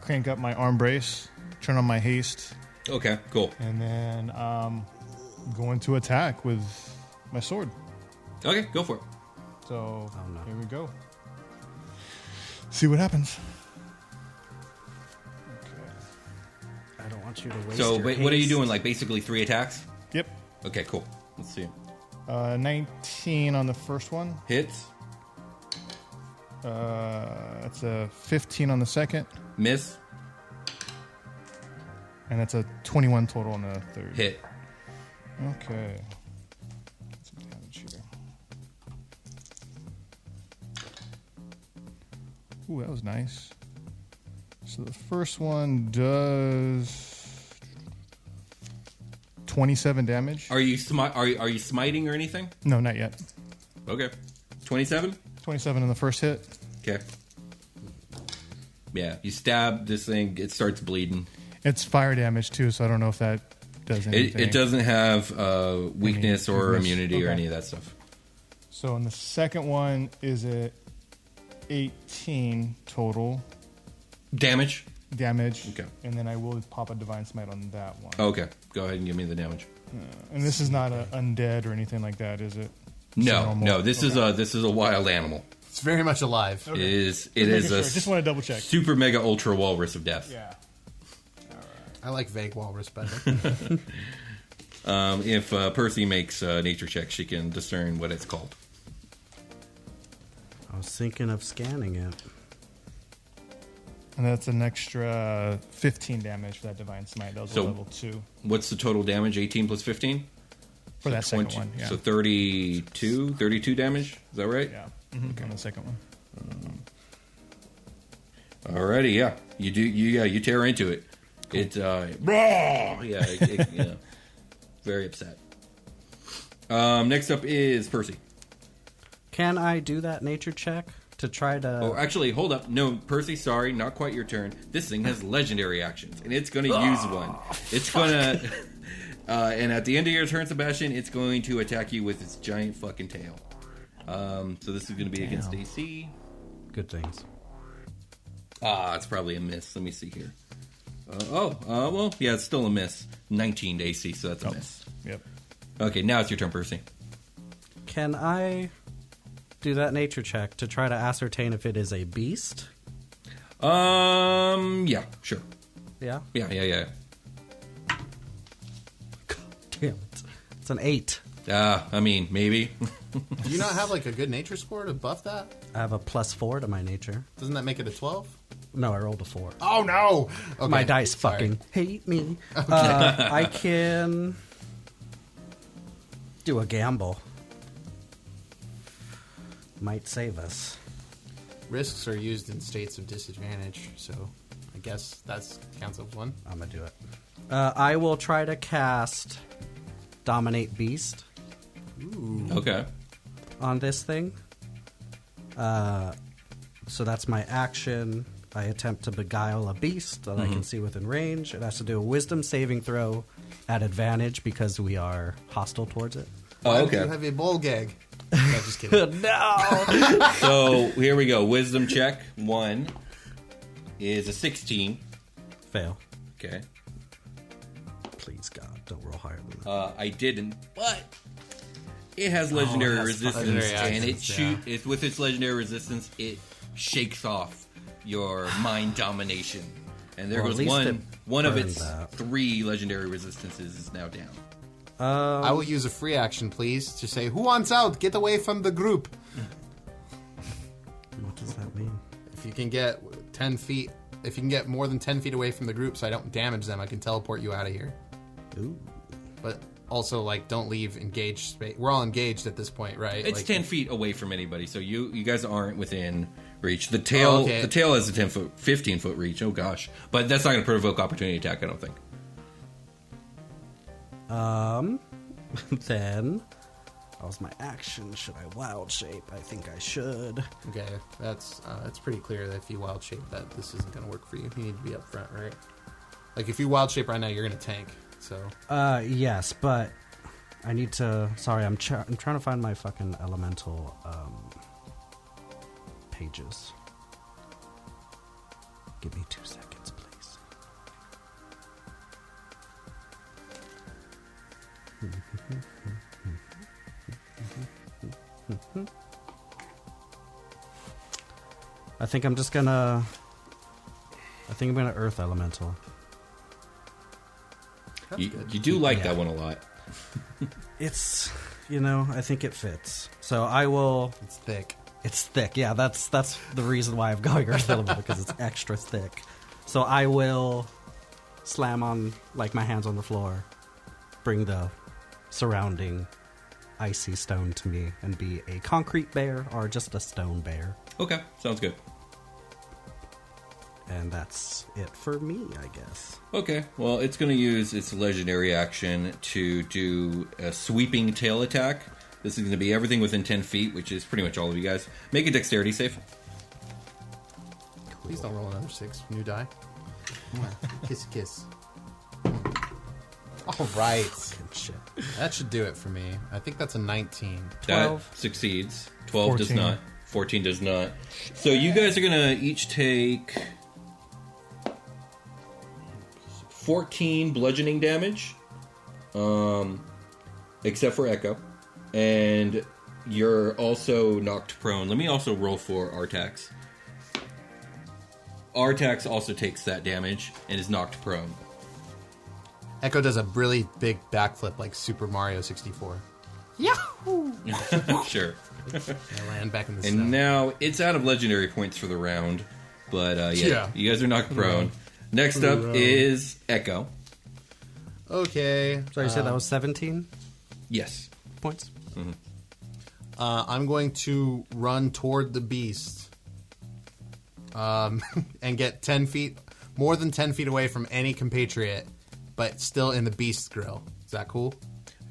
E: crank up my arm brace, turn on my haste,
A: Okay. Cool.
E: and then um, go into attack with my sword.
A: Okay. Go for it.
E: So
F: Oh, no.
E: here we go. See what happens. Okay.
F: I don't want you to waste.
A: So,
F: your
A: wait, what are you
F: haste.
A: doing? Like basically three attacks?
E: Yep.
A: Okay. Cool. Let's see.
E: Uh, 19 on the first one.
A: Hits.
E: Uh, that's a 15 on the second,
A: Miss.
E: and that's a 21 total on the third.
A: Hit.
E: Okay. Some damage here. Ooh, that was nice. So the first one does 27 damage.
A: Are you smi- are you, are you smiting or anything?
E: No, not yet.
A: Okay. Twenty-seven.
E: 27 on the first hit.
A: Okay. Yeah. You stab this thing. It starts bleeding.
E: It's fire damage too, so I don't know if that does
A: It,
E: anything.
A: it doesn't have uh, weakness or
E: goodness.
A: immunity or
E: Okay.
A: any of that stuff.
E: So on the second one is a 18 total
A: Damage.
E: damage.
A: Okay. Oh,
E: And then I will pop a divine smite on that one.
A: Okay. Go ahead and give me the damage.
E: And this is not a undead or anything like that, is it? It's a
A: No,
E: normal-
A: no. This is
E: Okay.
A: a this is a wild animal.
D: It's very much alive.
A: It is it
E: Just
A: is
E: making
A: a
E: sure. Just want to double check.
A: super mega ultra walrus of death.
E: Yeah.
D: I like vague walrus better.
A: Um, if uh, Percy makes uh, nature check, she can discern what it's called.
F: I was thinking of scanning it.
E: And that's an extra 15 damage for that divine smite. That was
A: So-
E: a level two
A: What's the total damage? 18 plus 15?
E: for that second
A: 20
E: one. Yeah.
A: So 32, 32 damage. Is that right?
E: yeah. Mhm, On the second one.
A: Alrighty, yeah. You do you yeah, you tear into it. It uh raw! yeah, it, it, you know, very upset. Um, next up is Percy.
B: Can I do that nature check to try to?
A: Oh, actually, hold up. No, Percy, sorry, not quite your turn. This thing has legendary actions, and it's going to use
D: Ah.
A: one. It's going to. Uh, and at the end of your turn, Sebastian, it's going to attack you with its giant fucking tail. Um, so this is going to be against AC.
F: Good things.
A: Ah, it's probably a miss. Let me see here. Uh, oh, uh, well, yeah, it's still a miss. 19 to AC, so
D: Oh.
A: that's a miss.
E: Yep.
A: Okay, now it's your turn, Percy.
B: Can I do that nature check to try to ascertain if it is a beast?
A: Um, yeah, sure.
B: Yeah.
A: Yeah, yeah, yeah.
B: Damn it. It's an eight.
A: Uh, I mean, maybe.
D: Do you not have, like, a good nature score to buff that?
B: I have a plus four to my nature.
D: Doesn't that make it a 12?
B: No, I rolled a four.
D: Oh, no! Okay,
B: my dice
D: sorry.
B: fucking hate me. Uh, I can do a gamble. Might save us.
D: Risks are used in states of disadvantage, so I guess that's counts as one.
B: I'm gonna do it. Uh, I will try to cast Dominate Beast
A: Okay.
B: on this thing. Uh, so that's my action. I attempt to beguile a beast that I can see within range. It has to do a wisdom saving throw at advantage because we are hostile towards it.
A: Oh,
D: Do you
A: okay.
D: have a ball gag? No, just kidding.
B: no!
A: So here we go. Wisdom check one is a sixteen.
B: Fail.
A: Okay.
B: Please, God, don't roll higher than that.
A: Uh, I didn't, but it has
B: Oh,
A: legendary
D: it has
A: resistance,
D: legendary
A: and it
D: actions,
A: shoot. It, with its legendary resistance, it shakes off your mind domination. And there
B: Well, at
A: goes
B: least it
A: one. One of
B: burned
A: its
B: that.
A: three legendary resistances is now down.
D: I will use a free action, please, to say, "Who wants out? Get away from the group."
B: What does that mean?
D: If you can get ten feet, if you can get more than ten feet away from the group, so I don't damage them, I can teleport you out of here.
B: Ooh.
D: But also, like, don't leave engaged space. We're all engaged at this point, right?
A: It's
D: Like,
A: ten feet away from anybody, so you you guys aren't within reach. The tail
D: Oh, okay.
A: the tail has a ten foot, fifteen foot reach. Oh gosh, but that's not going to provoke opportunity attack. I don't think.
B: Um, then, that was my action. Should I wild shape? I think I should.
D: Okay, that's uh, that's pretty clear that if you wild shape that this isn't gonna work for you. You need to be up front, right? Like if you wild shape right now, you're gonna tank. So
B: Uh, yes, but I need to. Sorry, I'm ch- I'm trying to find my fucking elemental um pages. Give me two seconds, please. I think I'm just gonna. I think I'm gonna earth elemental.
A: You, you do like that
B: Yeah.
A: one a lot.
B: It's, you know, I think it fits. So I will.
D: it's thick.
B: It's thick. Yeah, that's that's the reason why I'm going earth elemental because it's extra thick. So I will slam on like my hands on the floor, bring the surrounding icy stone to me, and be a concrete bear or just a stone bear.
A: Okay, sounds good.
B: And that's it for me, I guess.
A: Okay, well, it's going to use its legendary action to do a sweeping tail attack. This is going to be everything within 10 feet, which is pretty much all of you guys. Make a dexterity save.
D: Please don't roll another six. New die. kiss, kiss. All right,
B: Good shit.
D: that should do it for me. I think that's a 19.
B: Twelve.
A: That succeeds. 12 does
E: 14.
A: not. 14 does not. So you guys are going to each take 14 bludgeoning damage, um, except for Echo. And you're also knocked prone. Let me also roll for Artax. Artax also takes that damage and is knocked prone.
D: Echo does a really big backflip like Super Mario 64.
A: sure.
D: And I land back in the
A: And
D: snow.
A: now it's out of legendary points for the round. But uh, yeah,
D: Yeah. Mm-hmm.
A: you guys are knocked prone. Next up is Echo.
D: okay,
B: So you said
A: Um,
B: that was 17
A: Yes.
B: points.
D: uh, I'm going to run toward the beast, um, and get 10 feet, more than 10 feet away from any compatriot, but still in the beast's grill. Is that cool?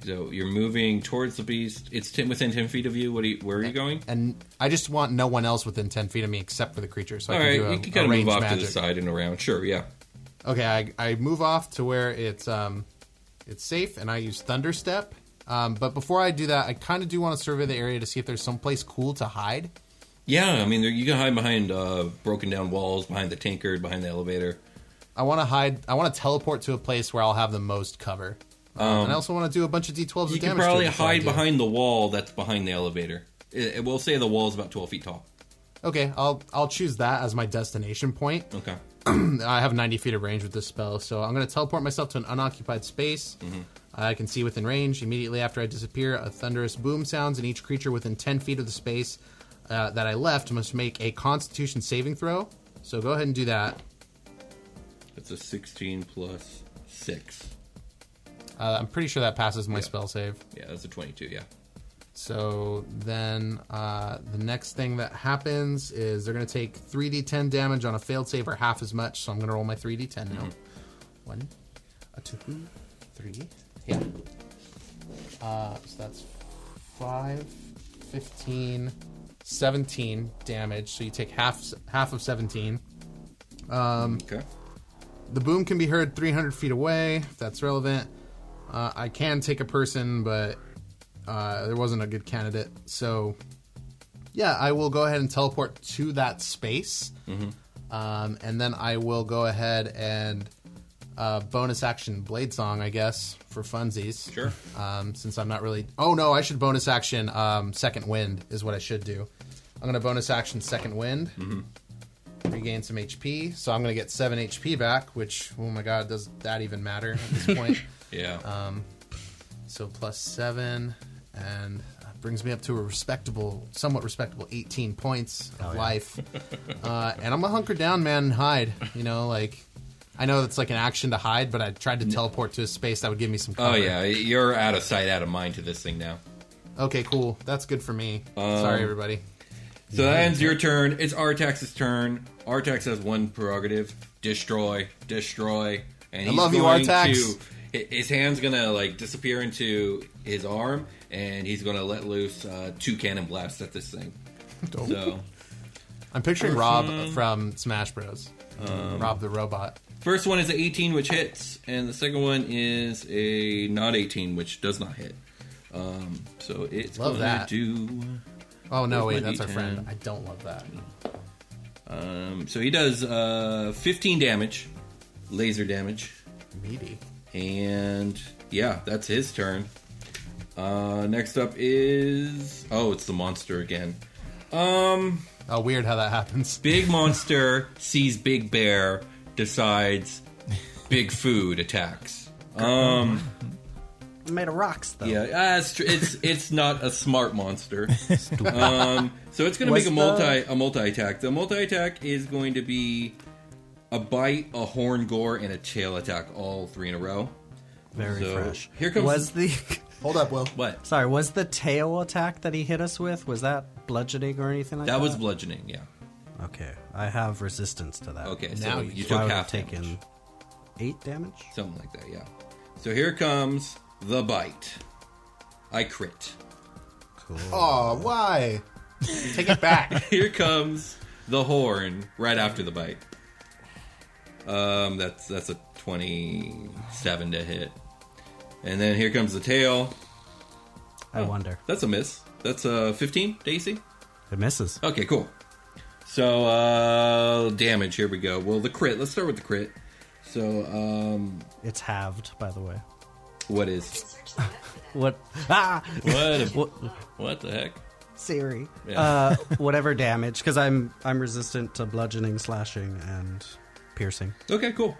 A: So you're moving towards the beast. It's ten, within ten feet of you. What? Are you, where are you going?
D: And I just want no one else within 10 feet of me except for the creature, so
A: All
D: I can
A: right,
D: do a,
A: you can
D: a
A: kind of
D: range
A: move off
D: magic.
A: to the side and around. Sure, yeah.
D: Okay, I, I move off to where it's um, it's safe, and I use Thunder Step. Um, but before I do that, I kind of do want to survey the area to see if there's someplace cool to hide.
A: Yeah, I mean, there- you can hide behind uh, broken down walls, behind the tankard, behind the elevator.
D: I want to hide. I want to teleport to a place where I'll have the most cover. Um, and I also want to do a bunch of d12s
A: You
D: of
A: can
D: damage. to it
A: probably
D: before I
A: hide
D: do.
A: behind the wall that's behind the elevator. It, it will say the wall is about twelve feet tall.
D: Okay, I'll I'll choose that as my destination point.
A: Okay.
D: I have 90 feet of range with this spell, so I'm going to teleport myself to an unoccupied space.
A: Mm-hmm.
D: I can see within range. Immediately after I disappear, a thunderous boom sounds, and each creature within 10 feet of the space uh, that I left must make a Constitution saving throw. So go ahead and do that.
A: That's a sixteen plus six.
D: Uh, I'm pretty sure that passes my spell save.
A: Yeah, that's a twenty-two. Yeah.
D: So then uh, the next thing that happens is they're going to take 3d10 damage on a failed save or half as much. So I'm going to roll my 3d10 now. One, a two, three. Yeah. Uh, so that's 5, 15, 17 damage. So you take half half of 17.
A: Okay.
D: The boom can be heard 300 feet away, if that's relevant. Uh, I can take a person, but uh, there wasn't a good candidate. So, yeah, I will go ahead and teleport to that space. Um, and then I will go ahead and uh, bonus action Blade Song, I guess, for funsies.
A: Sure.
D: Um, since I'm not really. Oh, no, I should bonus action um, Second Wind, is what I should do. I'm going to bonus action Second Wind regain some HP. So I'm going to get 7 HP back, which, oh my god, does that even matter at this point?
A: Yeah.
D: Um, so plus 7, and that brings me up to a respectable, somewhat respectable 18 points of life. uh, and I'm going to hunker down, man, and hide. You know, like, I know that's like an action to hide, but I tried to teleport to a space that would give me some
A: oh
D: cover.
A: yeah, you're out of sight, out of mind to this thing now.
D: Okay, cool. That's good for me.
A: Um,
D: Sorry, everybody.
A: So that ends your turn. It's Artax's turn. Artax has one prerogative: destroy, destroy. And
D: I
A: he's
D: love you,
A: going
D: Artax.
A: To, hi- his hand's gonna like disappear into his arm, and he's gonna let loose uh, two cannon blasts at this thing. So Mm-hmm.
D: I'm picturing Rob from Smash Bros.
A: Um,
D: Rob the robot.
A: first one is an 18, which hits, and the second one is a not 18, which does not hit. Um, so it's
D: Love
A: gonna
D: that.
A: do.
D: Oh no,
A: Where's
D: wait,
A: my
D: that's our
A: D10?
D: friend. I don't love that.
A: Um, so he does uh, 15 damage, laser damage.
D: Meaty.
A: And yeah, that's his turn. Uh, next up is oh, it's the monster again.
D: Oh, weird how that happens.
A: Big monster sees big bear, decides big food attacks. Um,
B: It's made of rocks, though.
A: Yeah, uh, it's tr- it's it's not a smart monster. um, so it's going to
B: Was
A: make a
B: the-
A: multi a multi attack. The multi attack is going to be a bite, a horn gore, and a tail attack, all three in a row.
B: Very
A: So,
B: fresh.
A: here comes-
B: was the
D: Hold up, Will.
A: What?
B: sorry was the tail attack that he hit us with? Was that bludgeoning or anything like that?
A: That was bludgeoning. Yeah.
B: okay. I have resistance to that.
A: Okay.
D: Now
A: So
D: you-
A: you
B: so I
A: took
B: would
A: half
B: have taken
A: damage.
B: eight damage.
A: Something like that, yeah. So here comes the bite. I crit.
B: Cool.
D: Oh, why? Take it back.
A: Here comes the horn right after the bite. Um, that's that's a twenty-seven to hit, and then here comes the tail.
B: I wonder.
A: That's a miss. That's a fifteen, Daisy.
B: It misses.
A: Okay, cool. So uh, damage. Here we go. Well, the crit. Let's start with the crit. So um,
B: It's halved, by the way.
A: what is
B: What? Ah,
A: what? what the heck?
B: Siri.
A: Yeah.
B: Uh, whatever damage, because I'm I'm resistant to bludgeoning, slashing, and piercing.
A: Okay, cool.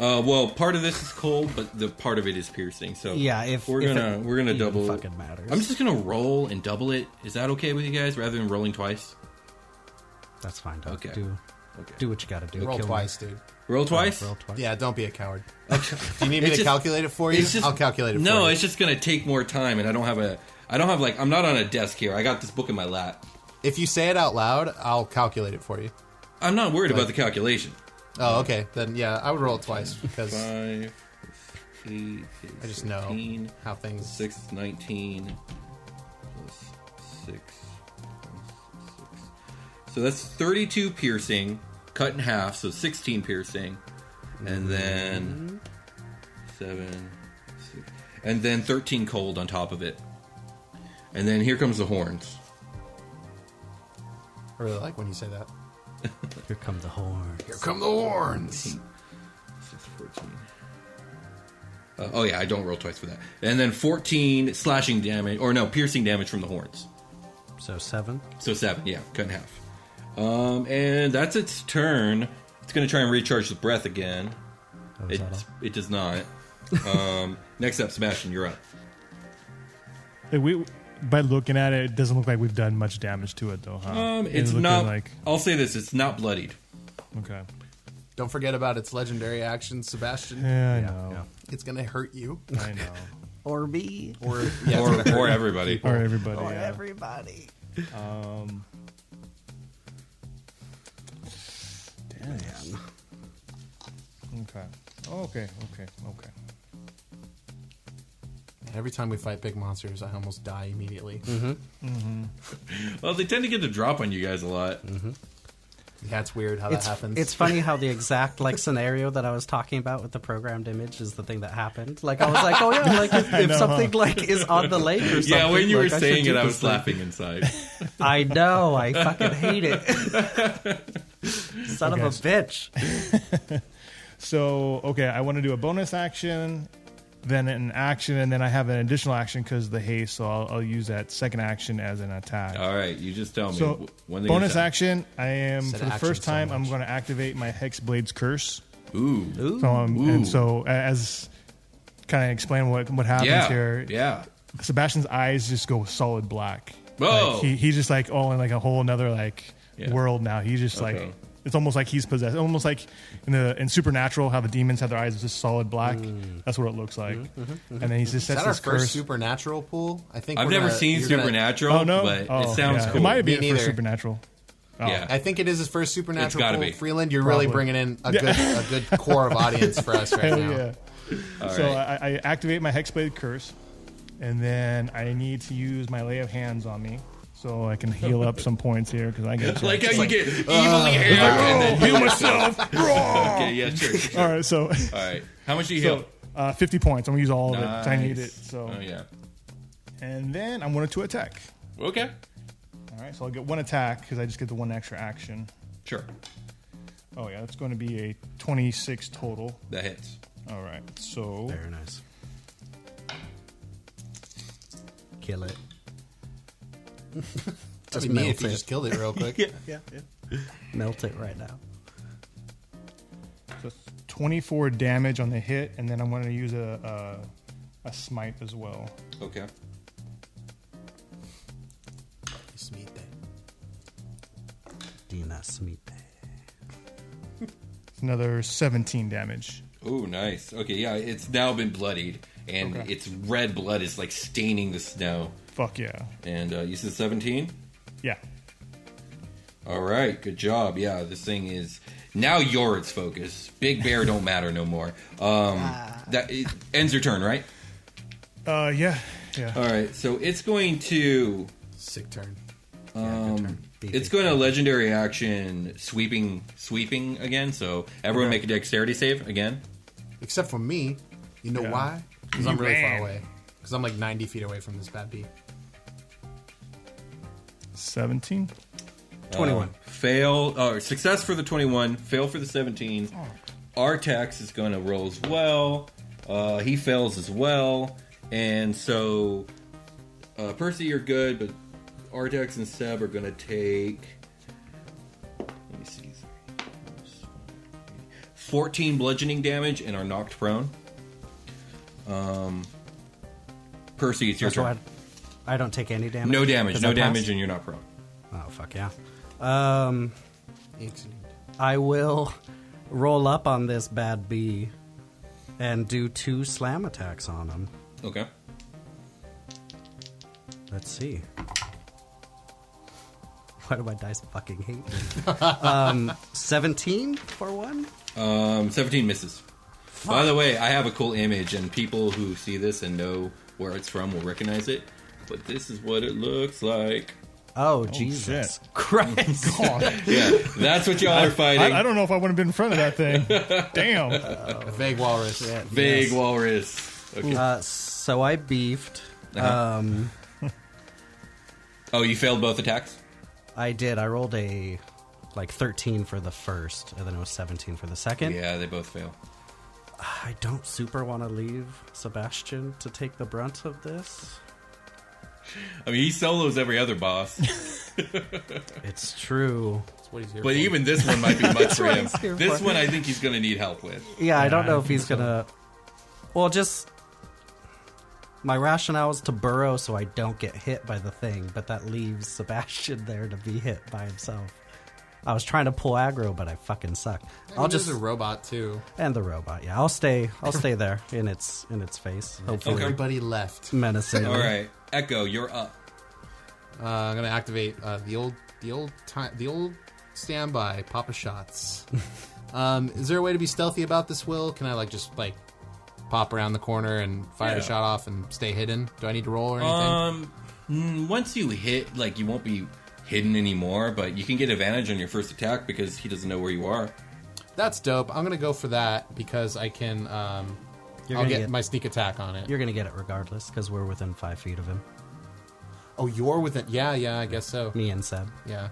A: Uh, well, part of this is cold, but the part of it is piercing. So
B: Yeah, if-
A: we're
B: if
A: gonna
B: it
A: we're gonna
B: even
A: double,
B: fucking matters.
A: I'm just gonna roll and double it. Is that okay with you guys? Rather than rolling twice,
B: That's fine. Doc.
A: Okay.
B: Do
A: Okay.
B: do what you gotta do.
D: Roll
B: Kill me.
D: twice, dude.
A: roll twice.
B: Uh, Roll twice.
D: Yeah, don't be a coward. Do you need me
A: It's just-
D: to calculate it for you?
A: it's just-
D: I'll calculate it for you.
A: No, it's just gonna take more time, and I don't have a I don't have like I'm not on a desk here. I got this book in my lap.
D: If you say it out loud, I'll calculate it for you.
A: I'm not worried about the calculation.
D: Oh, okay. Then, yeah, I would roll it twice because
A: Five, eight,
D: I just know
A: 15,
D: how things.
A: six, 19, plus six, plus six. So that's 32 piercing, cut in half, so 16 piercing.
D: Mm-hmm.
A: And then seven, six, and then 13 cold on top of it. And then here comes the horns.
D: I really like when you say that.
B: Here come the horn.
D: Here come the horns.
A: That's 14. Uh, oh, yeah, I don't roll twice for that. And then 14 slashing damage, or no, piercing damage from the horns.
B: So seven.
A: So seven, yeah, cut in half. Um, and that's its turn. It's going to try and recharge the breath again.
B: Oh, is
A: It,
B: that all?
A: it does not. um, next up, Sebastian, you're up.
E: Like we, by looking at it, it doesn't look like we've done much damage to it, though. Huh?
A: Um,
E: It
A: it's
E: looking
A: not.
E: like
A: I'll say this: it's not bloodied.
E: okay.
D: Don't forget about its legendary action, Sebastian.
E: Yeah, I know.
D: It's going to hurt you.
E: I know.
B: Or me.
D: Or, yeah, it's gonna
A: or,
D: hurt
A: or everybody.
E: Or everybody.
B: Or
E: yeah.
B: everybody.
E: okay. Oh, okay. Okay. Okay.
D: Every time we fight big monsters, I almost die immediately.
A: Mm-hmm. Well, they tend to get to drop on you guys a lot.
B: Mm-hmm.
D: Yeah, it's weird how
B: It's,
D: that happens.
B: it's funny how the exact like scenario that I was talking about with the programmed image is the thing that happened. Like I was like, oh yeah, like if, if something like is on the lake or something.
A: Yeah, when you
B: like,
A: were
B: should
A: saying it,
B: do
A: I was
B: this thing.
A: laughing inside.
B: I know, I fucking hate it. Son of a bitch.
E: So, okay, I want to do a bonus action, then an action, and then I have an additional action because the haste. So I'll, I'll use that second action as an attack.
A: All right, you just tell me.
E: So,
A: wh- when they get
E: bonus
A: done.
E: action, I am
D: Said
E: for the
D: action
E: first
D: so
E: time. I'm
D: much.
E: going to activate my Hex Blade's Curse.
A: Ooh.
E: So, um,
A: Ooh.
E: and so a- as kind of explain what what happens
A: Yeah.
E: here.
A: Yeah.
E: Sebastian's eyes just go solid black.
A: Whoa.
E: Like, he, he's just like all in like a whole another like
A: Yeah.
E: world now. He's just
A: Okay.
E: like it's almost like he's possessed. Almost like in the in Supernatural, how the demons have their eyes just solid black.
D: Mm.
E: That's what it looks like. And then he just
D: Mm-hmm, is
E: sets
D: that our
E: this
D: first
E: curse.
D: supernatural pool? I think
A: I've
D: we're
A: never
D: gonna-
A: seen
D: you're gonna-
A: Supernatural,
E: oh no!
A: but
E: oh,
A: it sounds
E: yeah.
A: cool.
E: It might be oh,
D: Me
E: the first
D: neither.
E: Supernatural.
A: yeah.
D: I think it is his first supernatural.
A: It's gotta
D: pool.
A: be.
D: Freeland, you're really
E: Probably.
D: bringing in a good a good core of audience for us right
E: Hell
D: now.
E: yeah! so I, I activate my Hexblade curse, and then I need to use my lay of hands on me so I can heal up some points here because I get
A: like how
E: jacked.
A: you get evilly hammered and then
E: heal myself.
A: okay, yeah, sure. sure.
E: All right, so
A: All right. How much do you
E: So,
A: heal?
E: uh, 50 points. I'm going to use all of it. 'cause I need
A: Nice.
E: it. So,
A: Oh yeah.
E: And then I'm going to attack.
A: Okay.
E: All right, so I'll get one attack because I just get the one extra action.
A: Sure.
E: Oh, yeah, that's going to be a 26 total.
A: That hits.
E: All right, so
F: Very nice. Kill it.
D: Just
B: Melt
D: me if you
B: it.
D: just killed it real quick.
F: Yeah, yeah.
B: Melt it right now.
E: so 24 damage on the hit, and then I'm going to use a, a, a smite as well.
A: Okay.
D: Just me there.
B: Dina Smite.
E: It's another 17 damage.
A: Ooh, nice. Okay, yeah, it's now been bloodied, and
E: Okay.
A: its red blood is like staining the snow.
E: Fuck yeah.
A: And uh, you said seventeen.
E: Yeah.
A: All right, good job. Yeah, this thing is now you're its focus. Big bear don't matter no more. Um, that it ends your turn, right?
E: Uh, yeah. Yeah.
A: All right, so it's going to
D: Sick turn.
A: It's going to legendary action sweeping sweeping again. So everyone make a dexterity save again.
D: Except for me. You know
E: Yeah.
D: why? Because I'm
E: You
D: really
E: ran.
D: far away. Because I'm like 90 feet away from this bad bee.
E: 17.
A: 21. fail or success for the 21, fail for the 17.
B: Oh,
A: Artax is going to roll as well. Uh, he fails as well. And so uh, Percy you're good, but Artax and Seb are going to take Let me see. 14 bludgeoning damage and are knocked prone. Um Percy, it's your
B: That's why
A: turn.
B: I, I don't take any damage.
A: No damage,
B: 'Cause
A: no
B: I passed.
A: damage, and you're not prone.
B: Oh fuck yeah. Um,
D: Excellent.
B: I will roll up on this bad bee and do two slam attacks on him.
A: Okay.
B: Let's see. Why do my dice fucking hate me? um, 17 for one?
A: Um, 17 misses. By the way, I have a cool image, and people who see this and know where it's from will recognize it. But this is what it looks like.
B: Oh, Jesus Christ.
A: Yeah, that's what y'all are fighting.
E: I, I don't know if I would have been in front of that thing. Damn.
D: A vague walrus.
A: Vague walrus. Okay.
B: Uh, so I beefed.
A: Uh-huh.
B: Um,
A: oh, you failed both attacks.
B: I did. I rolled a like 13 for the first, and then it was 17 for the second.
A: Yeah, they both fail.
B: I don't super want to leave Sebastian to take the brunt of this.
A: I mean, he solos every other boss,
B: It's true.
D: That's what he's here
A: but
D: for.
A: even this one might be much for
B: what
A: him.
B: he's here
A: This
B: for.
A: one, I think he's going to need help with.
B: Yeah, I don't
E: I
B: know
E: don't
B: if he's gonna. Well, just my rationale is to burrow so I don't get hit by the thing, but that leaves Sebastian there to be hit by himself. I was trying to pull aggro, but I fucking suck.
D: I mean,
B: I'll just
D: there's a robot too.
B: and the robot. Yeah, I'll stay. I'll stay there in its in its face. Hopefully,
A: Okay.
D: Everybody left.
B: menacing.
A: All right, Echo, you're up.
D: Uh, I'm gonna activate uh, the old, the old time, the old standby Papa shots. um, is there a way to be stealthy about this? Will can I like just like pop around the corner and fire
A: Yeah.
D: a shot off and stay hidden? Do I need to roll or anything?
B: Uh,
A: Um, mm, once you hit, like you won't be hidden anymore, but you can get advantage on your first attack because he doesn't know where you are.
D: That's dope. I'm gonna go for that because I can. Um,
B: You're
D: I'll
B: gonna
D: get,
B: get-
D: my sneak attack on it.
B: You're gonna get it regardless because we're within five feet of him.
D: oh, you're with it. Yeah, yeah. I guess so.
B: Me and Seb.
D: Yeah.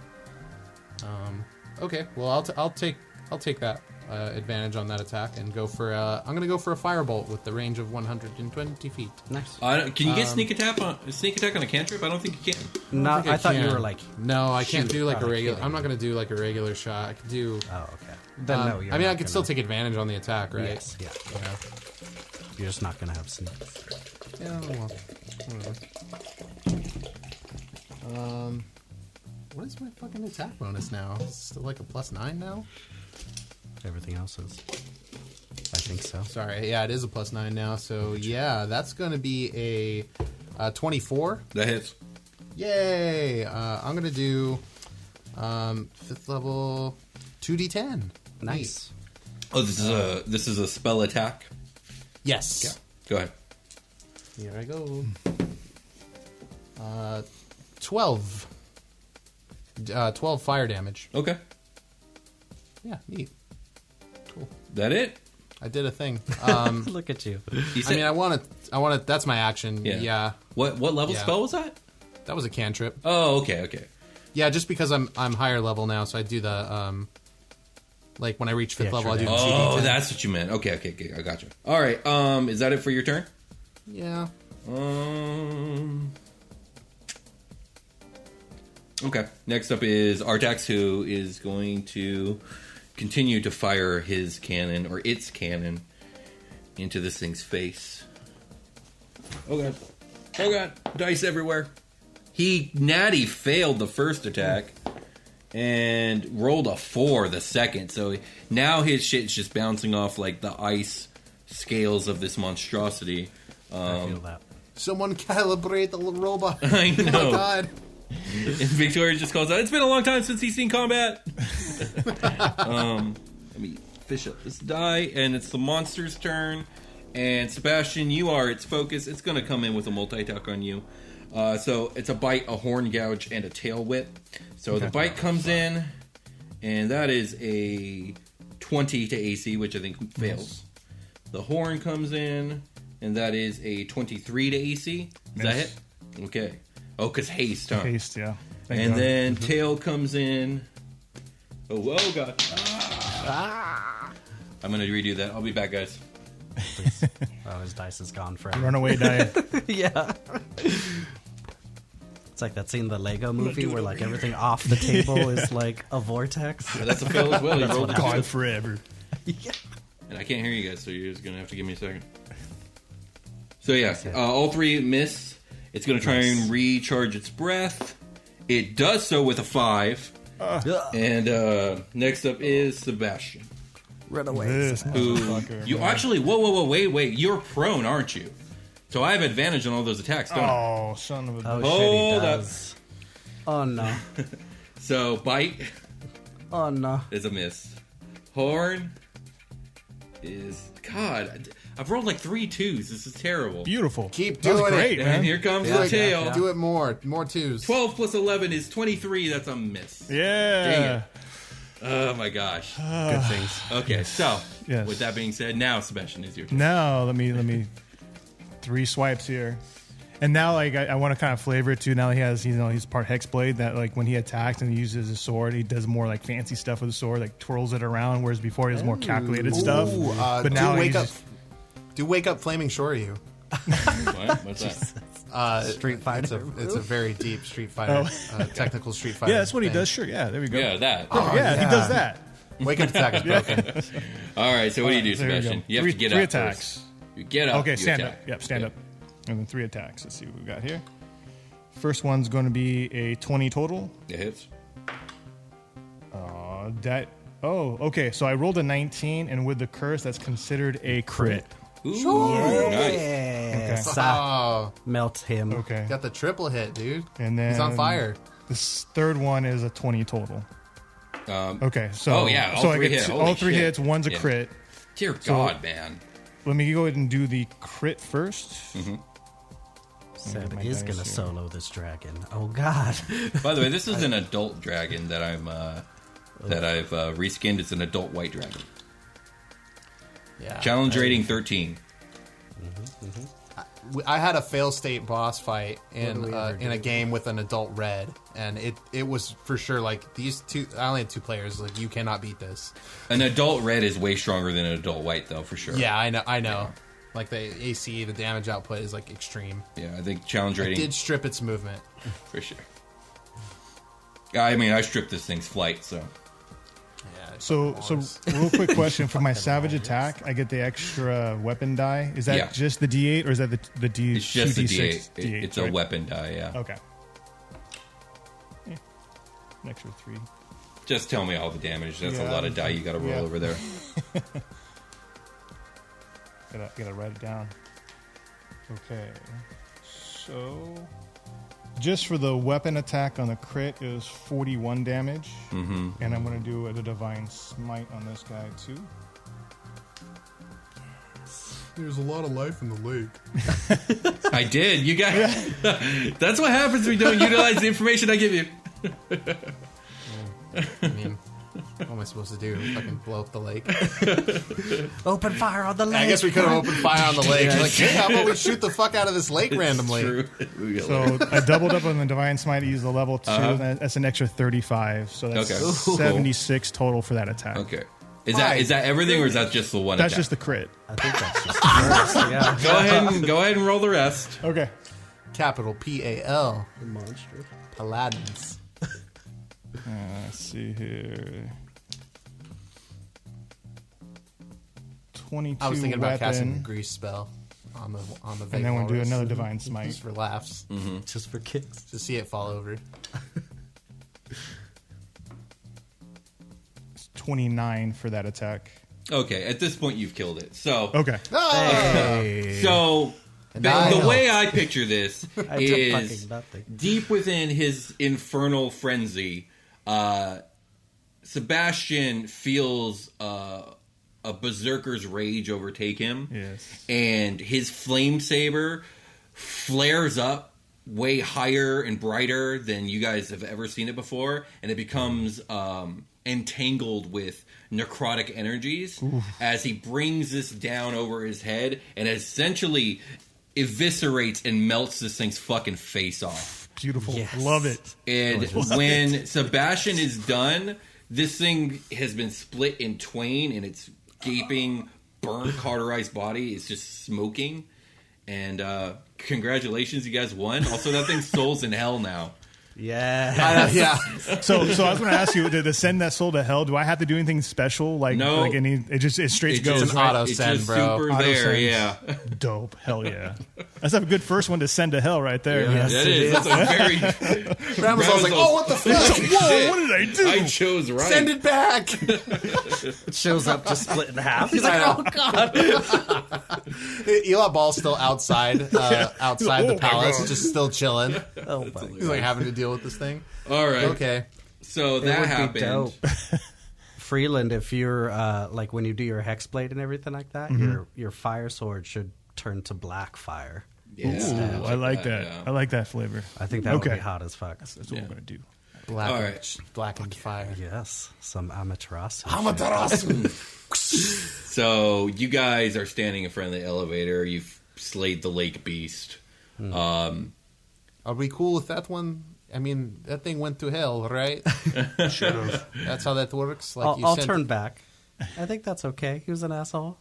D: Um, okay. Well, I'll, t- I'll take I'll take that uh, advantage on that attack and go for. Uh, I'm gonna go for a firebolt with the range of 120 feet.
B: Nice.
A: I don't, can you
D: Um,
A: get sneak attack on sneak attack on a cantrip? I don't think you can.
B: No, I,
D: think
B: thought you
D: can.
B: were like.
D: No, I can't
B: shoot,
D: do like a
B: oh,
D: regular.
B: kidding.
D: I'm not gonna do like a regular shot. I could do.
B: Oh, okay. Then
D: um,
B: no, you're
D: I mean,
B: not
D: I could
B: gonna-
D: still take advantage on the attack, right?
B: Yes, yeah.
D: Yeah.
B: You're just not gonna have sneaks.
D: Yeah, well, whatever. Um, what is my fucking attack bonus now? Is it still like a plus nine now?
B: Everything else is. I think so.
D: Sorry, yeah, it is a plus nine now. So yeah, that's going to be a uh, twenty-four.
A: That hits.
D: Yay! Uh, I'm going to do um, fifth level two d10.
B: Nice.
A: Oh, this is a this is a spell attack.
D: Uh, Yes.
A: Go ahead.
D: Here I go. Uh, twelve. D- Uh, twelve fire damage.
A: Okay,
D: Yeah, neat. Cool.
A: that it.
D: I did a thing. Um,
B: Look at you.
A: You
D: I
A: said-
D: mean, I want to. I want to. That's my action. Yeah.
A: What what level
D: Yeah.
A: spell was that?
D: That was a cantrip.
A: Oh, okay, okay.
D: Yeah, just because I'm I'm higher level now, so I do the um, like when I reach fifth
B: Yeah,
D: level, I
B: sure.
D: do the
A: Oh,
D: CD10.
A: that's what you meant. Okay, okay, okay. I got you. All right. Um, is that it for your turn?
D: Yeah.
A: Um. Okay. Next up is Artax, who is going to continue to fire his cannon or its cannon into this thing's face. Oh god! Oh god! Dice everywhere. He natty failed the first attack and rolled a four the second. So now his shit's just bouncing off like the ice scales of this monstrosity.
B: I feel that.
D: Someone calibrate the little robot.
A: I
D: oh my
A: know.
D: god.
A: And Victoria just calls out, "It's been a long time since he's seen combat." um, let me fish up this die, and it's the monster's turn. And Sebastian, you are its focus. It's going to come in with a multi attack on you. Uh, so it's a bite, a horn gouge, and a tail whip. So the bite comes in, and that is a twenty to AC, which I think fails. The horn comes in, and that is a twenty-three to AC. Is that
C: Miss.
A: it? Okay. Oh, because haste, huh?
C: Haste, yeah. Thank
A: and
C: God.
A: then tail comes in. Oh, oh god! Ah. I'm gonna redo that. I'll be back, guys.
B: Oh, his dice is gone forever.
E: Run away, die.
B: yeah. It's like that scene in the Lego movie where like everything off the table is like a vortex.
A: But that's a fail as well. You rolled a two.
C: gone forever.
A: and I can't hear you guys, so you're just gonna have to give me a second. So yeah, uh, all three miss. It's gonna try and recharge its breath. It does so with a five. And uh, next up is Sebastian.
B: Run away.
E: This
A: Who
E: motherfucker,
A: you
E: man.
A: actually? Whoa, whoa, whoa! Wait, wait! You're prone, aren't you? So I have advantage on all those attacks, don't I?
E: Oh, son of a
B: Oh,
A: Hold
E: bitch.
B: shit, he
A: up.
B: does. Oh no.
A: So bite
B: Oh no.
A: is a miss. Horn is God. I've rolled like three twos. This is terrible.
E: Beautiful.
D: Keep
E: That was
D: doing it.
E: great,
A: And
E: man.
A: here comes
D: Do
A: the
D: it,
A: tail.
D: do it more. More twos.
A: Twelve plus eleven is twenty-three. That's a miss.
E: Yeah.
A: Oh my gosh.
B: Good things.
A: Okay, so
E: Yes.
A: with that being said, now Sebastian is your turn.
E: Now let me let me three swipes here, and now like I, I want to kind of flavor it too. Now he has you know he's part hexblade that like when he attacks and he uses his sword, he does more like fancy stuff with the sword, like twirls it around. Whereas before he was more calculated stuff.
D: Ooh, uh,
E: but
D: do
E: now
D: wake
E: he's
D: up.
E: just-
D: Do wake up, flaming shore you.
A: What? What's that?
D: Uh,
B: Street
D: It's
B: Fighter.
D: a, it's a very deep Street Fighter, uh, technical Street Fighter.
E: Oh. yeah, that's what he
D: thing.
E: does. Sure, yeah, there we go.
A: Yeah, that.
E: yeah, he does that.
D: Wake up attack is broken.
A: All right. So what do you do,
E: There we go.
A: Sebastian? You have
E: three,
A: to get
E: three
A: up.
E: attacks.
A: first. You get up.
E: Okay,
A: Oh, you
E: stand
A: attack.
E: up. Yep, stand
A: Yeah.
E: up. And then three attacks. Let's see what we got here. First one's going to be a 20 total.
A: It hits.
E: Uh, that. Oh, okay. So I rolled a 19, and with the curse, that's considered a crit.
A: Ooh, nice.
B: Yes.
E: Okay.
B: Ah,
D: Oh,
B: melt him.
E: Okay.
D: got the triple hit, dude.
E: And then
D: he's on fire.
E: This third one is a 20 total.
A: Um,
E: Okay, so
A: Oh, yeah, all
E: so I
A: three
E: get
A: hit.
E: two-
A: Holy
E: all three
A: shit.
E: hits. One's a
A: Yeah.
E: crit.
A: Dear God, man.
E: Let me go ahead and do the crit 1st
A: Mm-hmm.
B: Seb
E: my
B: is
E: dice
B: gonna
E: here.
B: solo this dragon. Oh God!
A: By the way, this is an adult dragon that I'm uh, that I've uh, reskinned. It's an adult white dragon.
B: yeah.
A: Challenge rating 13.
D: We- I had a fail state boss fight
F: What do
D: in
F: we
D: uh,
F: ever
D: in a
F: do?
D: game with an adult red, and it it was for sure like these two. I only had two players. Like you cannot beat this.
A: An adult red is way stronger than an adult white, though, for sure.
D: Yeah, I know. I know. Like the AC, the damage output is like extreme.
A: Yeah, I think challenge
D: It
A: rating
D: did strip its movement.
A: for sure. I mean, I stripped this thing's flight, so
D: Yeah, it
E: So,
D: fucking
E: so
D: was.
E: real quick question for my savage attack, I get the extra weapon die. Is that
A: Yeah.
E: just the D8 or is that the the D?
A: it's just
E: two
A: a
E: D6,
A: D8. It- it's a
E: right? Oh.
A: weapon die, yeah.
E: Okay. Eh, An extra three.
A: Just tell me all the damage. That's a
E: Yeah,
A: lot of die you got to roll
E: yeah.
A: over there.
E: Gotta gotta write it down. Okay. So, just for the weapon attack on the crit is 41 damage, mm-hmm. and I'm gonna do a divine smite on this guy too.
D: There's a lot of life in the lake.
A: I did. You got. That's what happens when you don't utilize the information I give you.
D: I mean, what am I supposed to do? Fucking blow up the lake?
B: Open fire on the lake.
D: I guess we could have opened fire on the lake. Like, hey, how about we shoot the fuck out of this lake randomly?
A: It's true. We got
E: So I doubled up on the divine smite. He's the level 2
A: Uh-huh.
E: and That's an extra thirty-five. So that's
A: Okay. Ooh.
E: seventy-six total for that attack.
A: Okay. Is that is that everything, or is that just the one?
E: That's
A: attack?
E: just the crit.
B: I think that's just gross. Yeah.
A: Go ahead and go ahead and roll the rest.
E: Okay.
D: Capital P A L.
F: monster.
D: Paladins.
E: Uh, let's see here. Twenty-two.
D: I was thinking about
E: weapon,
D: casting a grease spell on the on the.
E: and then we'll do
D: walrus.
E: another divine smite.
D: just for laughs,
A: Mm.
F: Just for kicks.
D: just see it fall over.
E: It's Twenty-nine for that attack.
A: Okay. At this point, you've killed it. So
D: Oh.
E: Okay.
D: Ah.
A: so the,
D: I-
A: the way I picture this
B: I did
A: is
B: fucking nothing.
A: deep within his infernal frenzy. Uh, Sebastian feels uh, a berserker's rage overtake him.
E: Yes.
A: and his flame saber flares up way higher and brighter than you guys have ever seen it before, and it becomes um, entangled with necrotic energies as he brings this down over his head and essentially eviscerates and melts this thing's fucking face off.
E: Beautiful.
B: Yes.
E: Love it.
A: And when Sebastian is done, this thing has been split in twain, and its gaping, burnt, cauterized body is just smoking. And uh, congratulations, you guys won. Also, that thing's souls in hell now.
B: Yeah.
D: I- yeah,
E: So, so I was going to ask you to, to send that soul to hell. Do I have to do anything special? Like,
A: No.
E: like any? It just it straight
A: It
E: goes.
A: just-
D: an auto
A: it's
D: send,
A: just
D: bro.
A: super
E: Auto
A: there,
E: sends.
A: yeah.
E: Dope. Hell yeah. That's a good first one to send to hell right there.
A: That is. That's a very.
D: Ramazal's like, "Oh, what the fuck?
E: Whoa, what did I do?
A: I chose right.
D: Send it back."
B: It shows up just split in half. He's
D: I
B: like,
D: know.
B: oh God.
D: Eli Ball's still outside, uh, outside
A: Oh
D: the palace, just still chilling.
B: Oh my.
D: He's like having to deal with this thing.
A: All right.
D: Okay,
A: So
B: It
A: that
B: would
A: happened.
B: Be dope. Freeland, if you're uh, like when you do your hex blade and everything like that,
D: Mm-hmm.
B: your your fire sword should turn to black fire.
A: Yeah,
E: Ooh, I like that.
A: yeah.
E: I like that flavor.
B: I think that
E: Okay.
B: would be hot as fuck.
E: That's what we're gonna do.
D: black,
A: All right.
D: black and fire.
B: Yes, some amaterasu.
A: So you guys are standing in front of the elevator. You've slayed the lake beast.
D: Are we cool with that one? I mean, that thing went to hell, right? That's how that works. Like
B: I'll,
D: you
B: I'll
D: sent
B: turn back. I think that's okay. He was an asshole.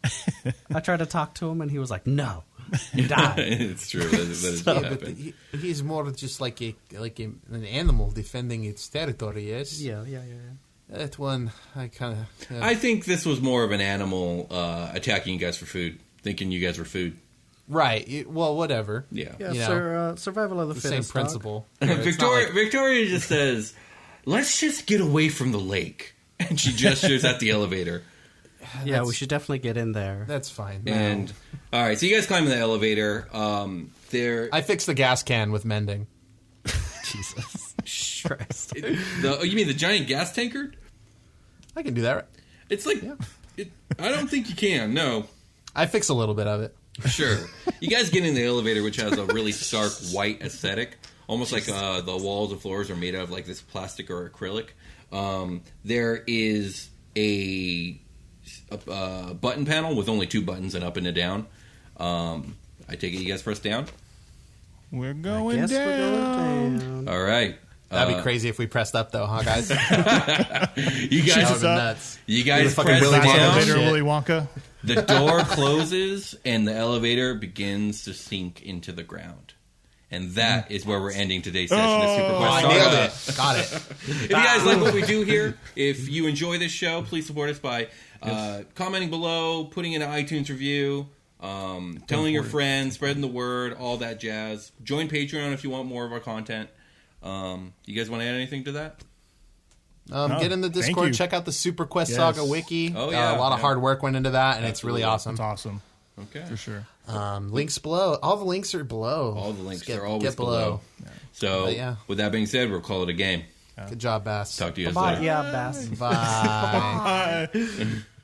B: I tried to talk to him, and he was like, "No, you die."
A: it's true. That, that is
D: Yeah,
A: what
D: but
A: happened.
D: he, he's more just like a like a, an animal defending its territory. Yes.
B: yeah, yeah, yeah. yeah.
D: That one, I kind of.
A: I think this was more of an animal uh, attacking you guys for food, thinking you guys were food.
D: right. it- well, whatever.
A: Yeah.
B: Yeah,
D: You know,
B: sir. Uh, survival of the,
D: The same
B: fittest. dog.
D: principle. It's not
A: Victoria
D: like-
A: Victoria just says, "Let's just get away from the lake," and she gestures at the elevator.
B: Yeah, we
D: That's-
B: should definitely get in there.
D: that's fine.
A: And all right, so you guys climb in the elevator. Um, there,
D: I fixed the gas can with mending.
B: Jesus Christ!
A: the, oh, you mean the giant gas tankard?
D: I can do that. Right?
A: It's like, it, I don't think you can. No,
D: I fix a little bit of it.
A: Sure. You guys get in the elevator, which has a really stark white aesthetic, almost like uh, the walls and floors are made out of like this plastic or acrylic. Um, there is a, a, uh button panel with only two buttons, an up and a down. Um, I take it you guys press down.
E: We're going
B: Yes,
E: down.
B: we're going down.
A: All right.
D: That'd
A: Uh,
D: be crazy if we pressed up, though, huh, guys? that
A: You
D: would
A: guys,
D: have
E: Jesus.
D: been nuts.
A: you guys
D: fucking
A: press
D: Willy Wonka
A: down.
E: Elevator
D: Shit.
E: Willy Wonka.
A: The door closes and the elevator begins to sink into the ground. And that is where we're ending today's session of Super
D: Oh, I
A: Quest Saga.
D: nailed it. Got it.
A: If you guys like what we do here, if you enjoy this show, please support us by uh, commenting below, putting in an iTunes review, um, telling your friends, spreading the word, all that jazz. Join Patreon if you want more of our content. Um, you guys want to add anything to that?
D: Um,
E: No,
D: get in the
E: thank
D: Discord.
E: you.
D: Check out the Super Quest
E: Yes.
D: Saga wiki.
A: Oh,
D: Uh,
A: yeah,
D: a lot of
A: yeah.
D: hard work went into that, and it's really awesome.
E: It's awesome
A: Okay.
E: for sure.
D: Um, links below. All the links are below.
A: All the links
D: Get-
A: are always
D: get
A: below. So,
D: But yeah.
A: with that being said, we'll call it a game.
D: Good job, Bass.
A: Talk to you guys
B: Bye.
A: later.
B: Yeah, Bass.
D: Bye.
E: Bye.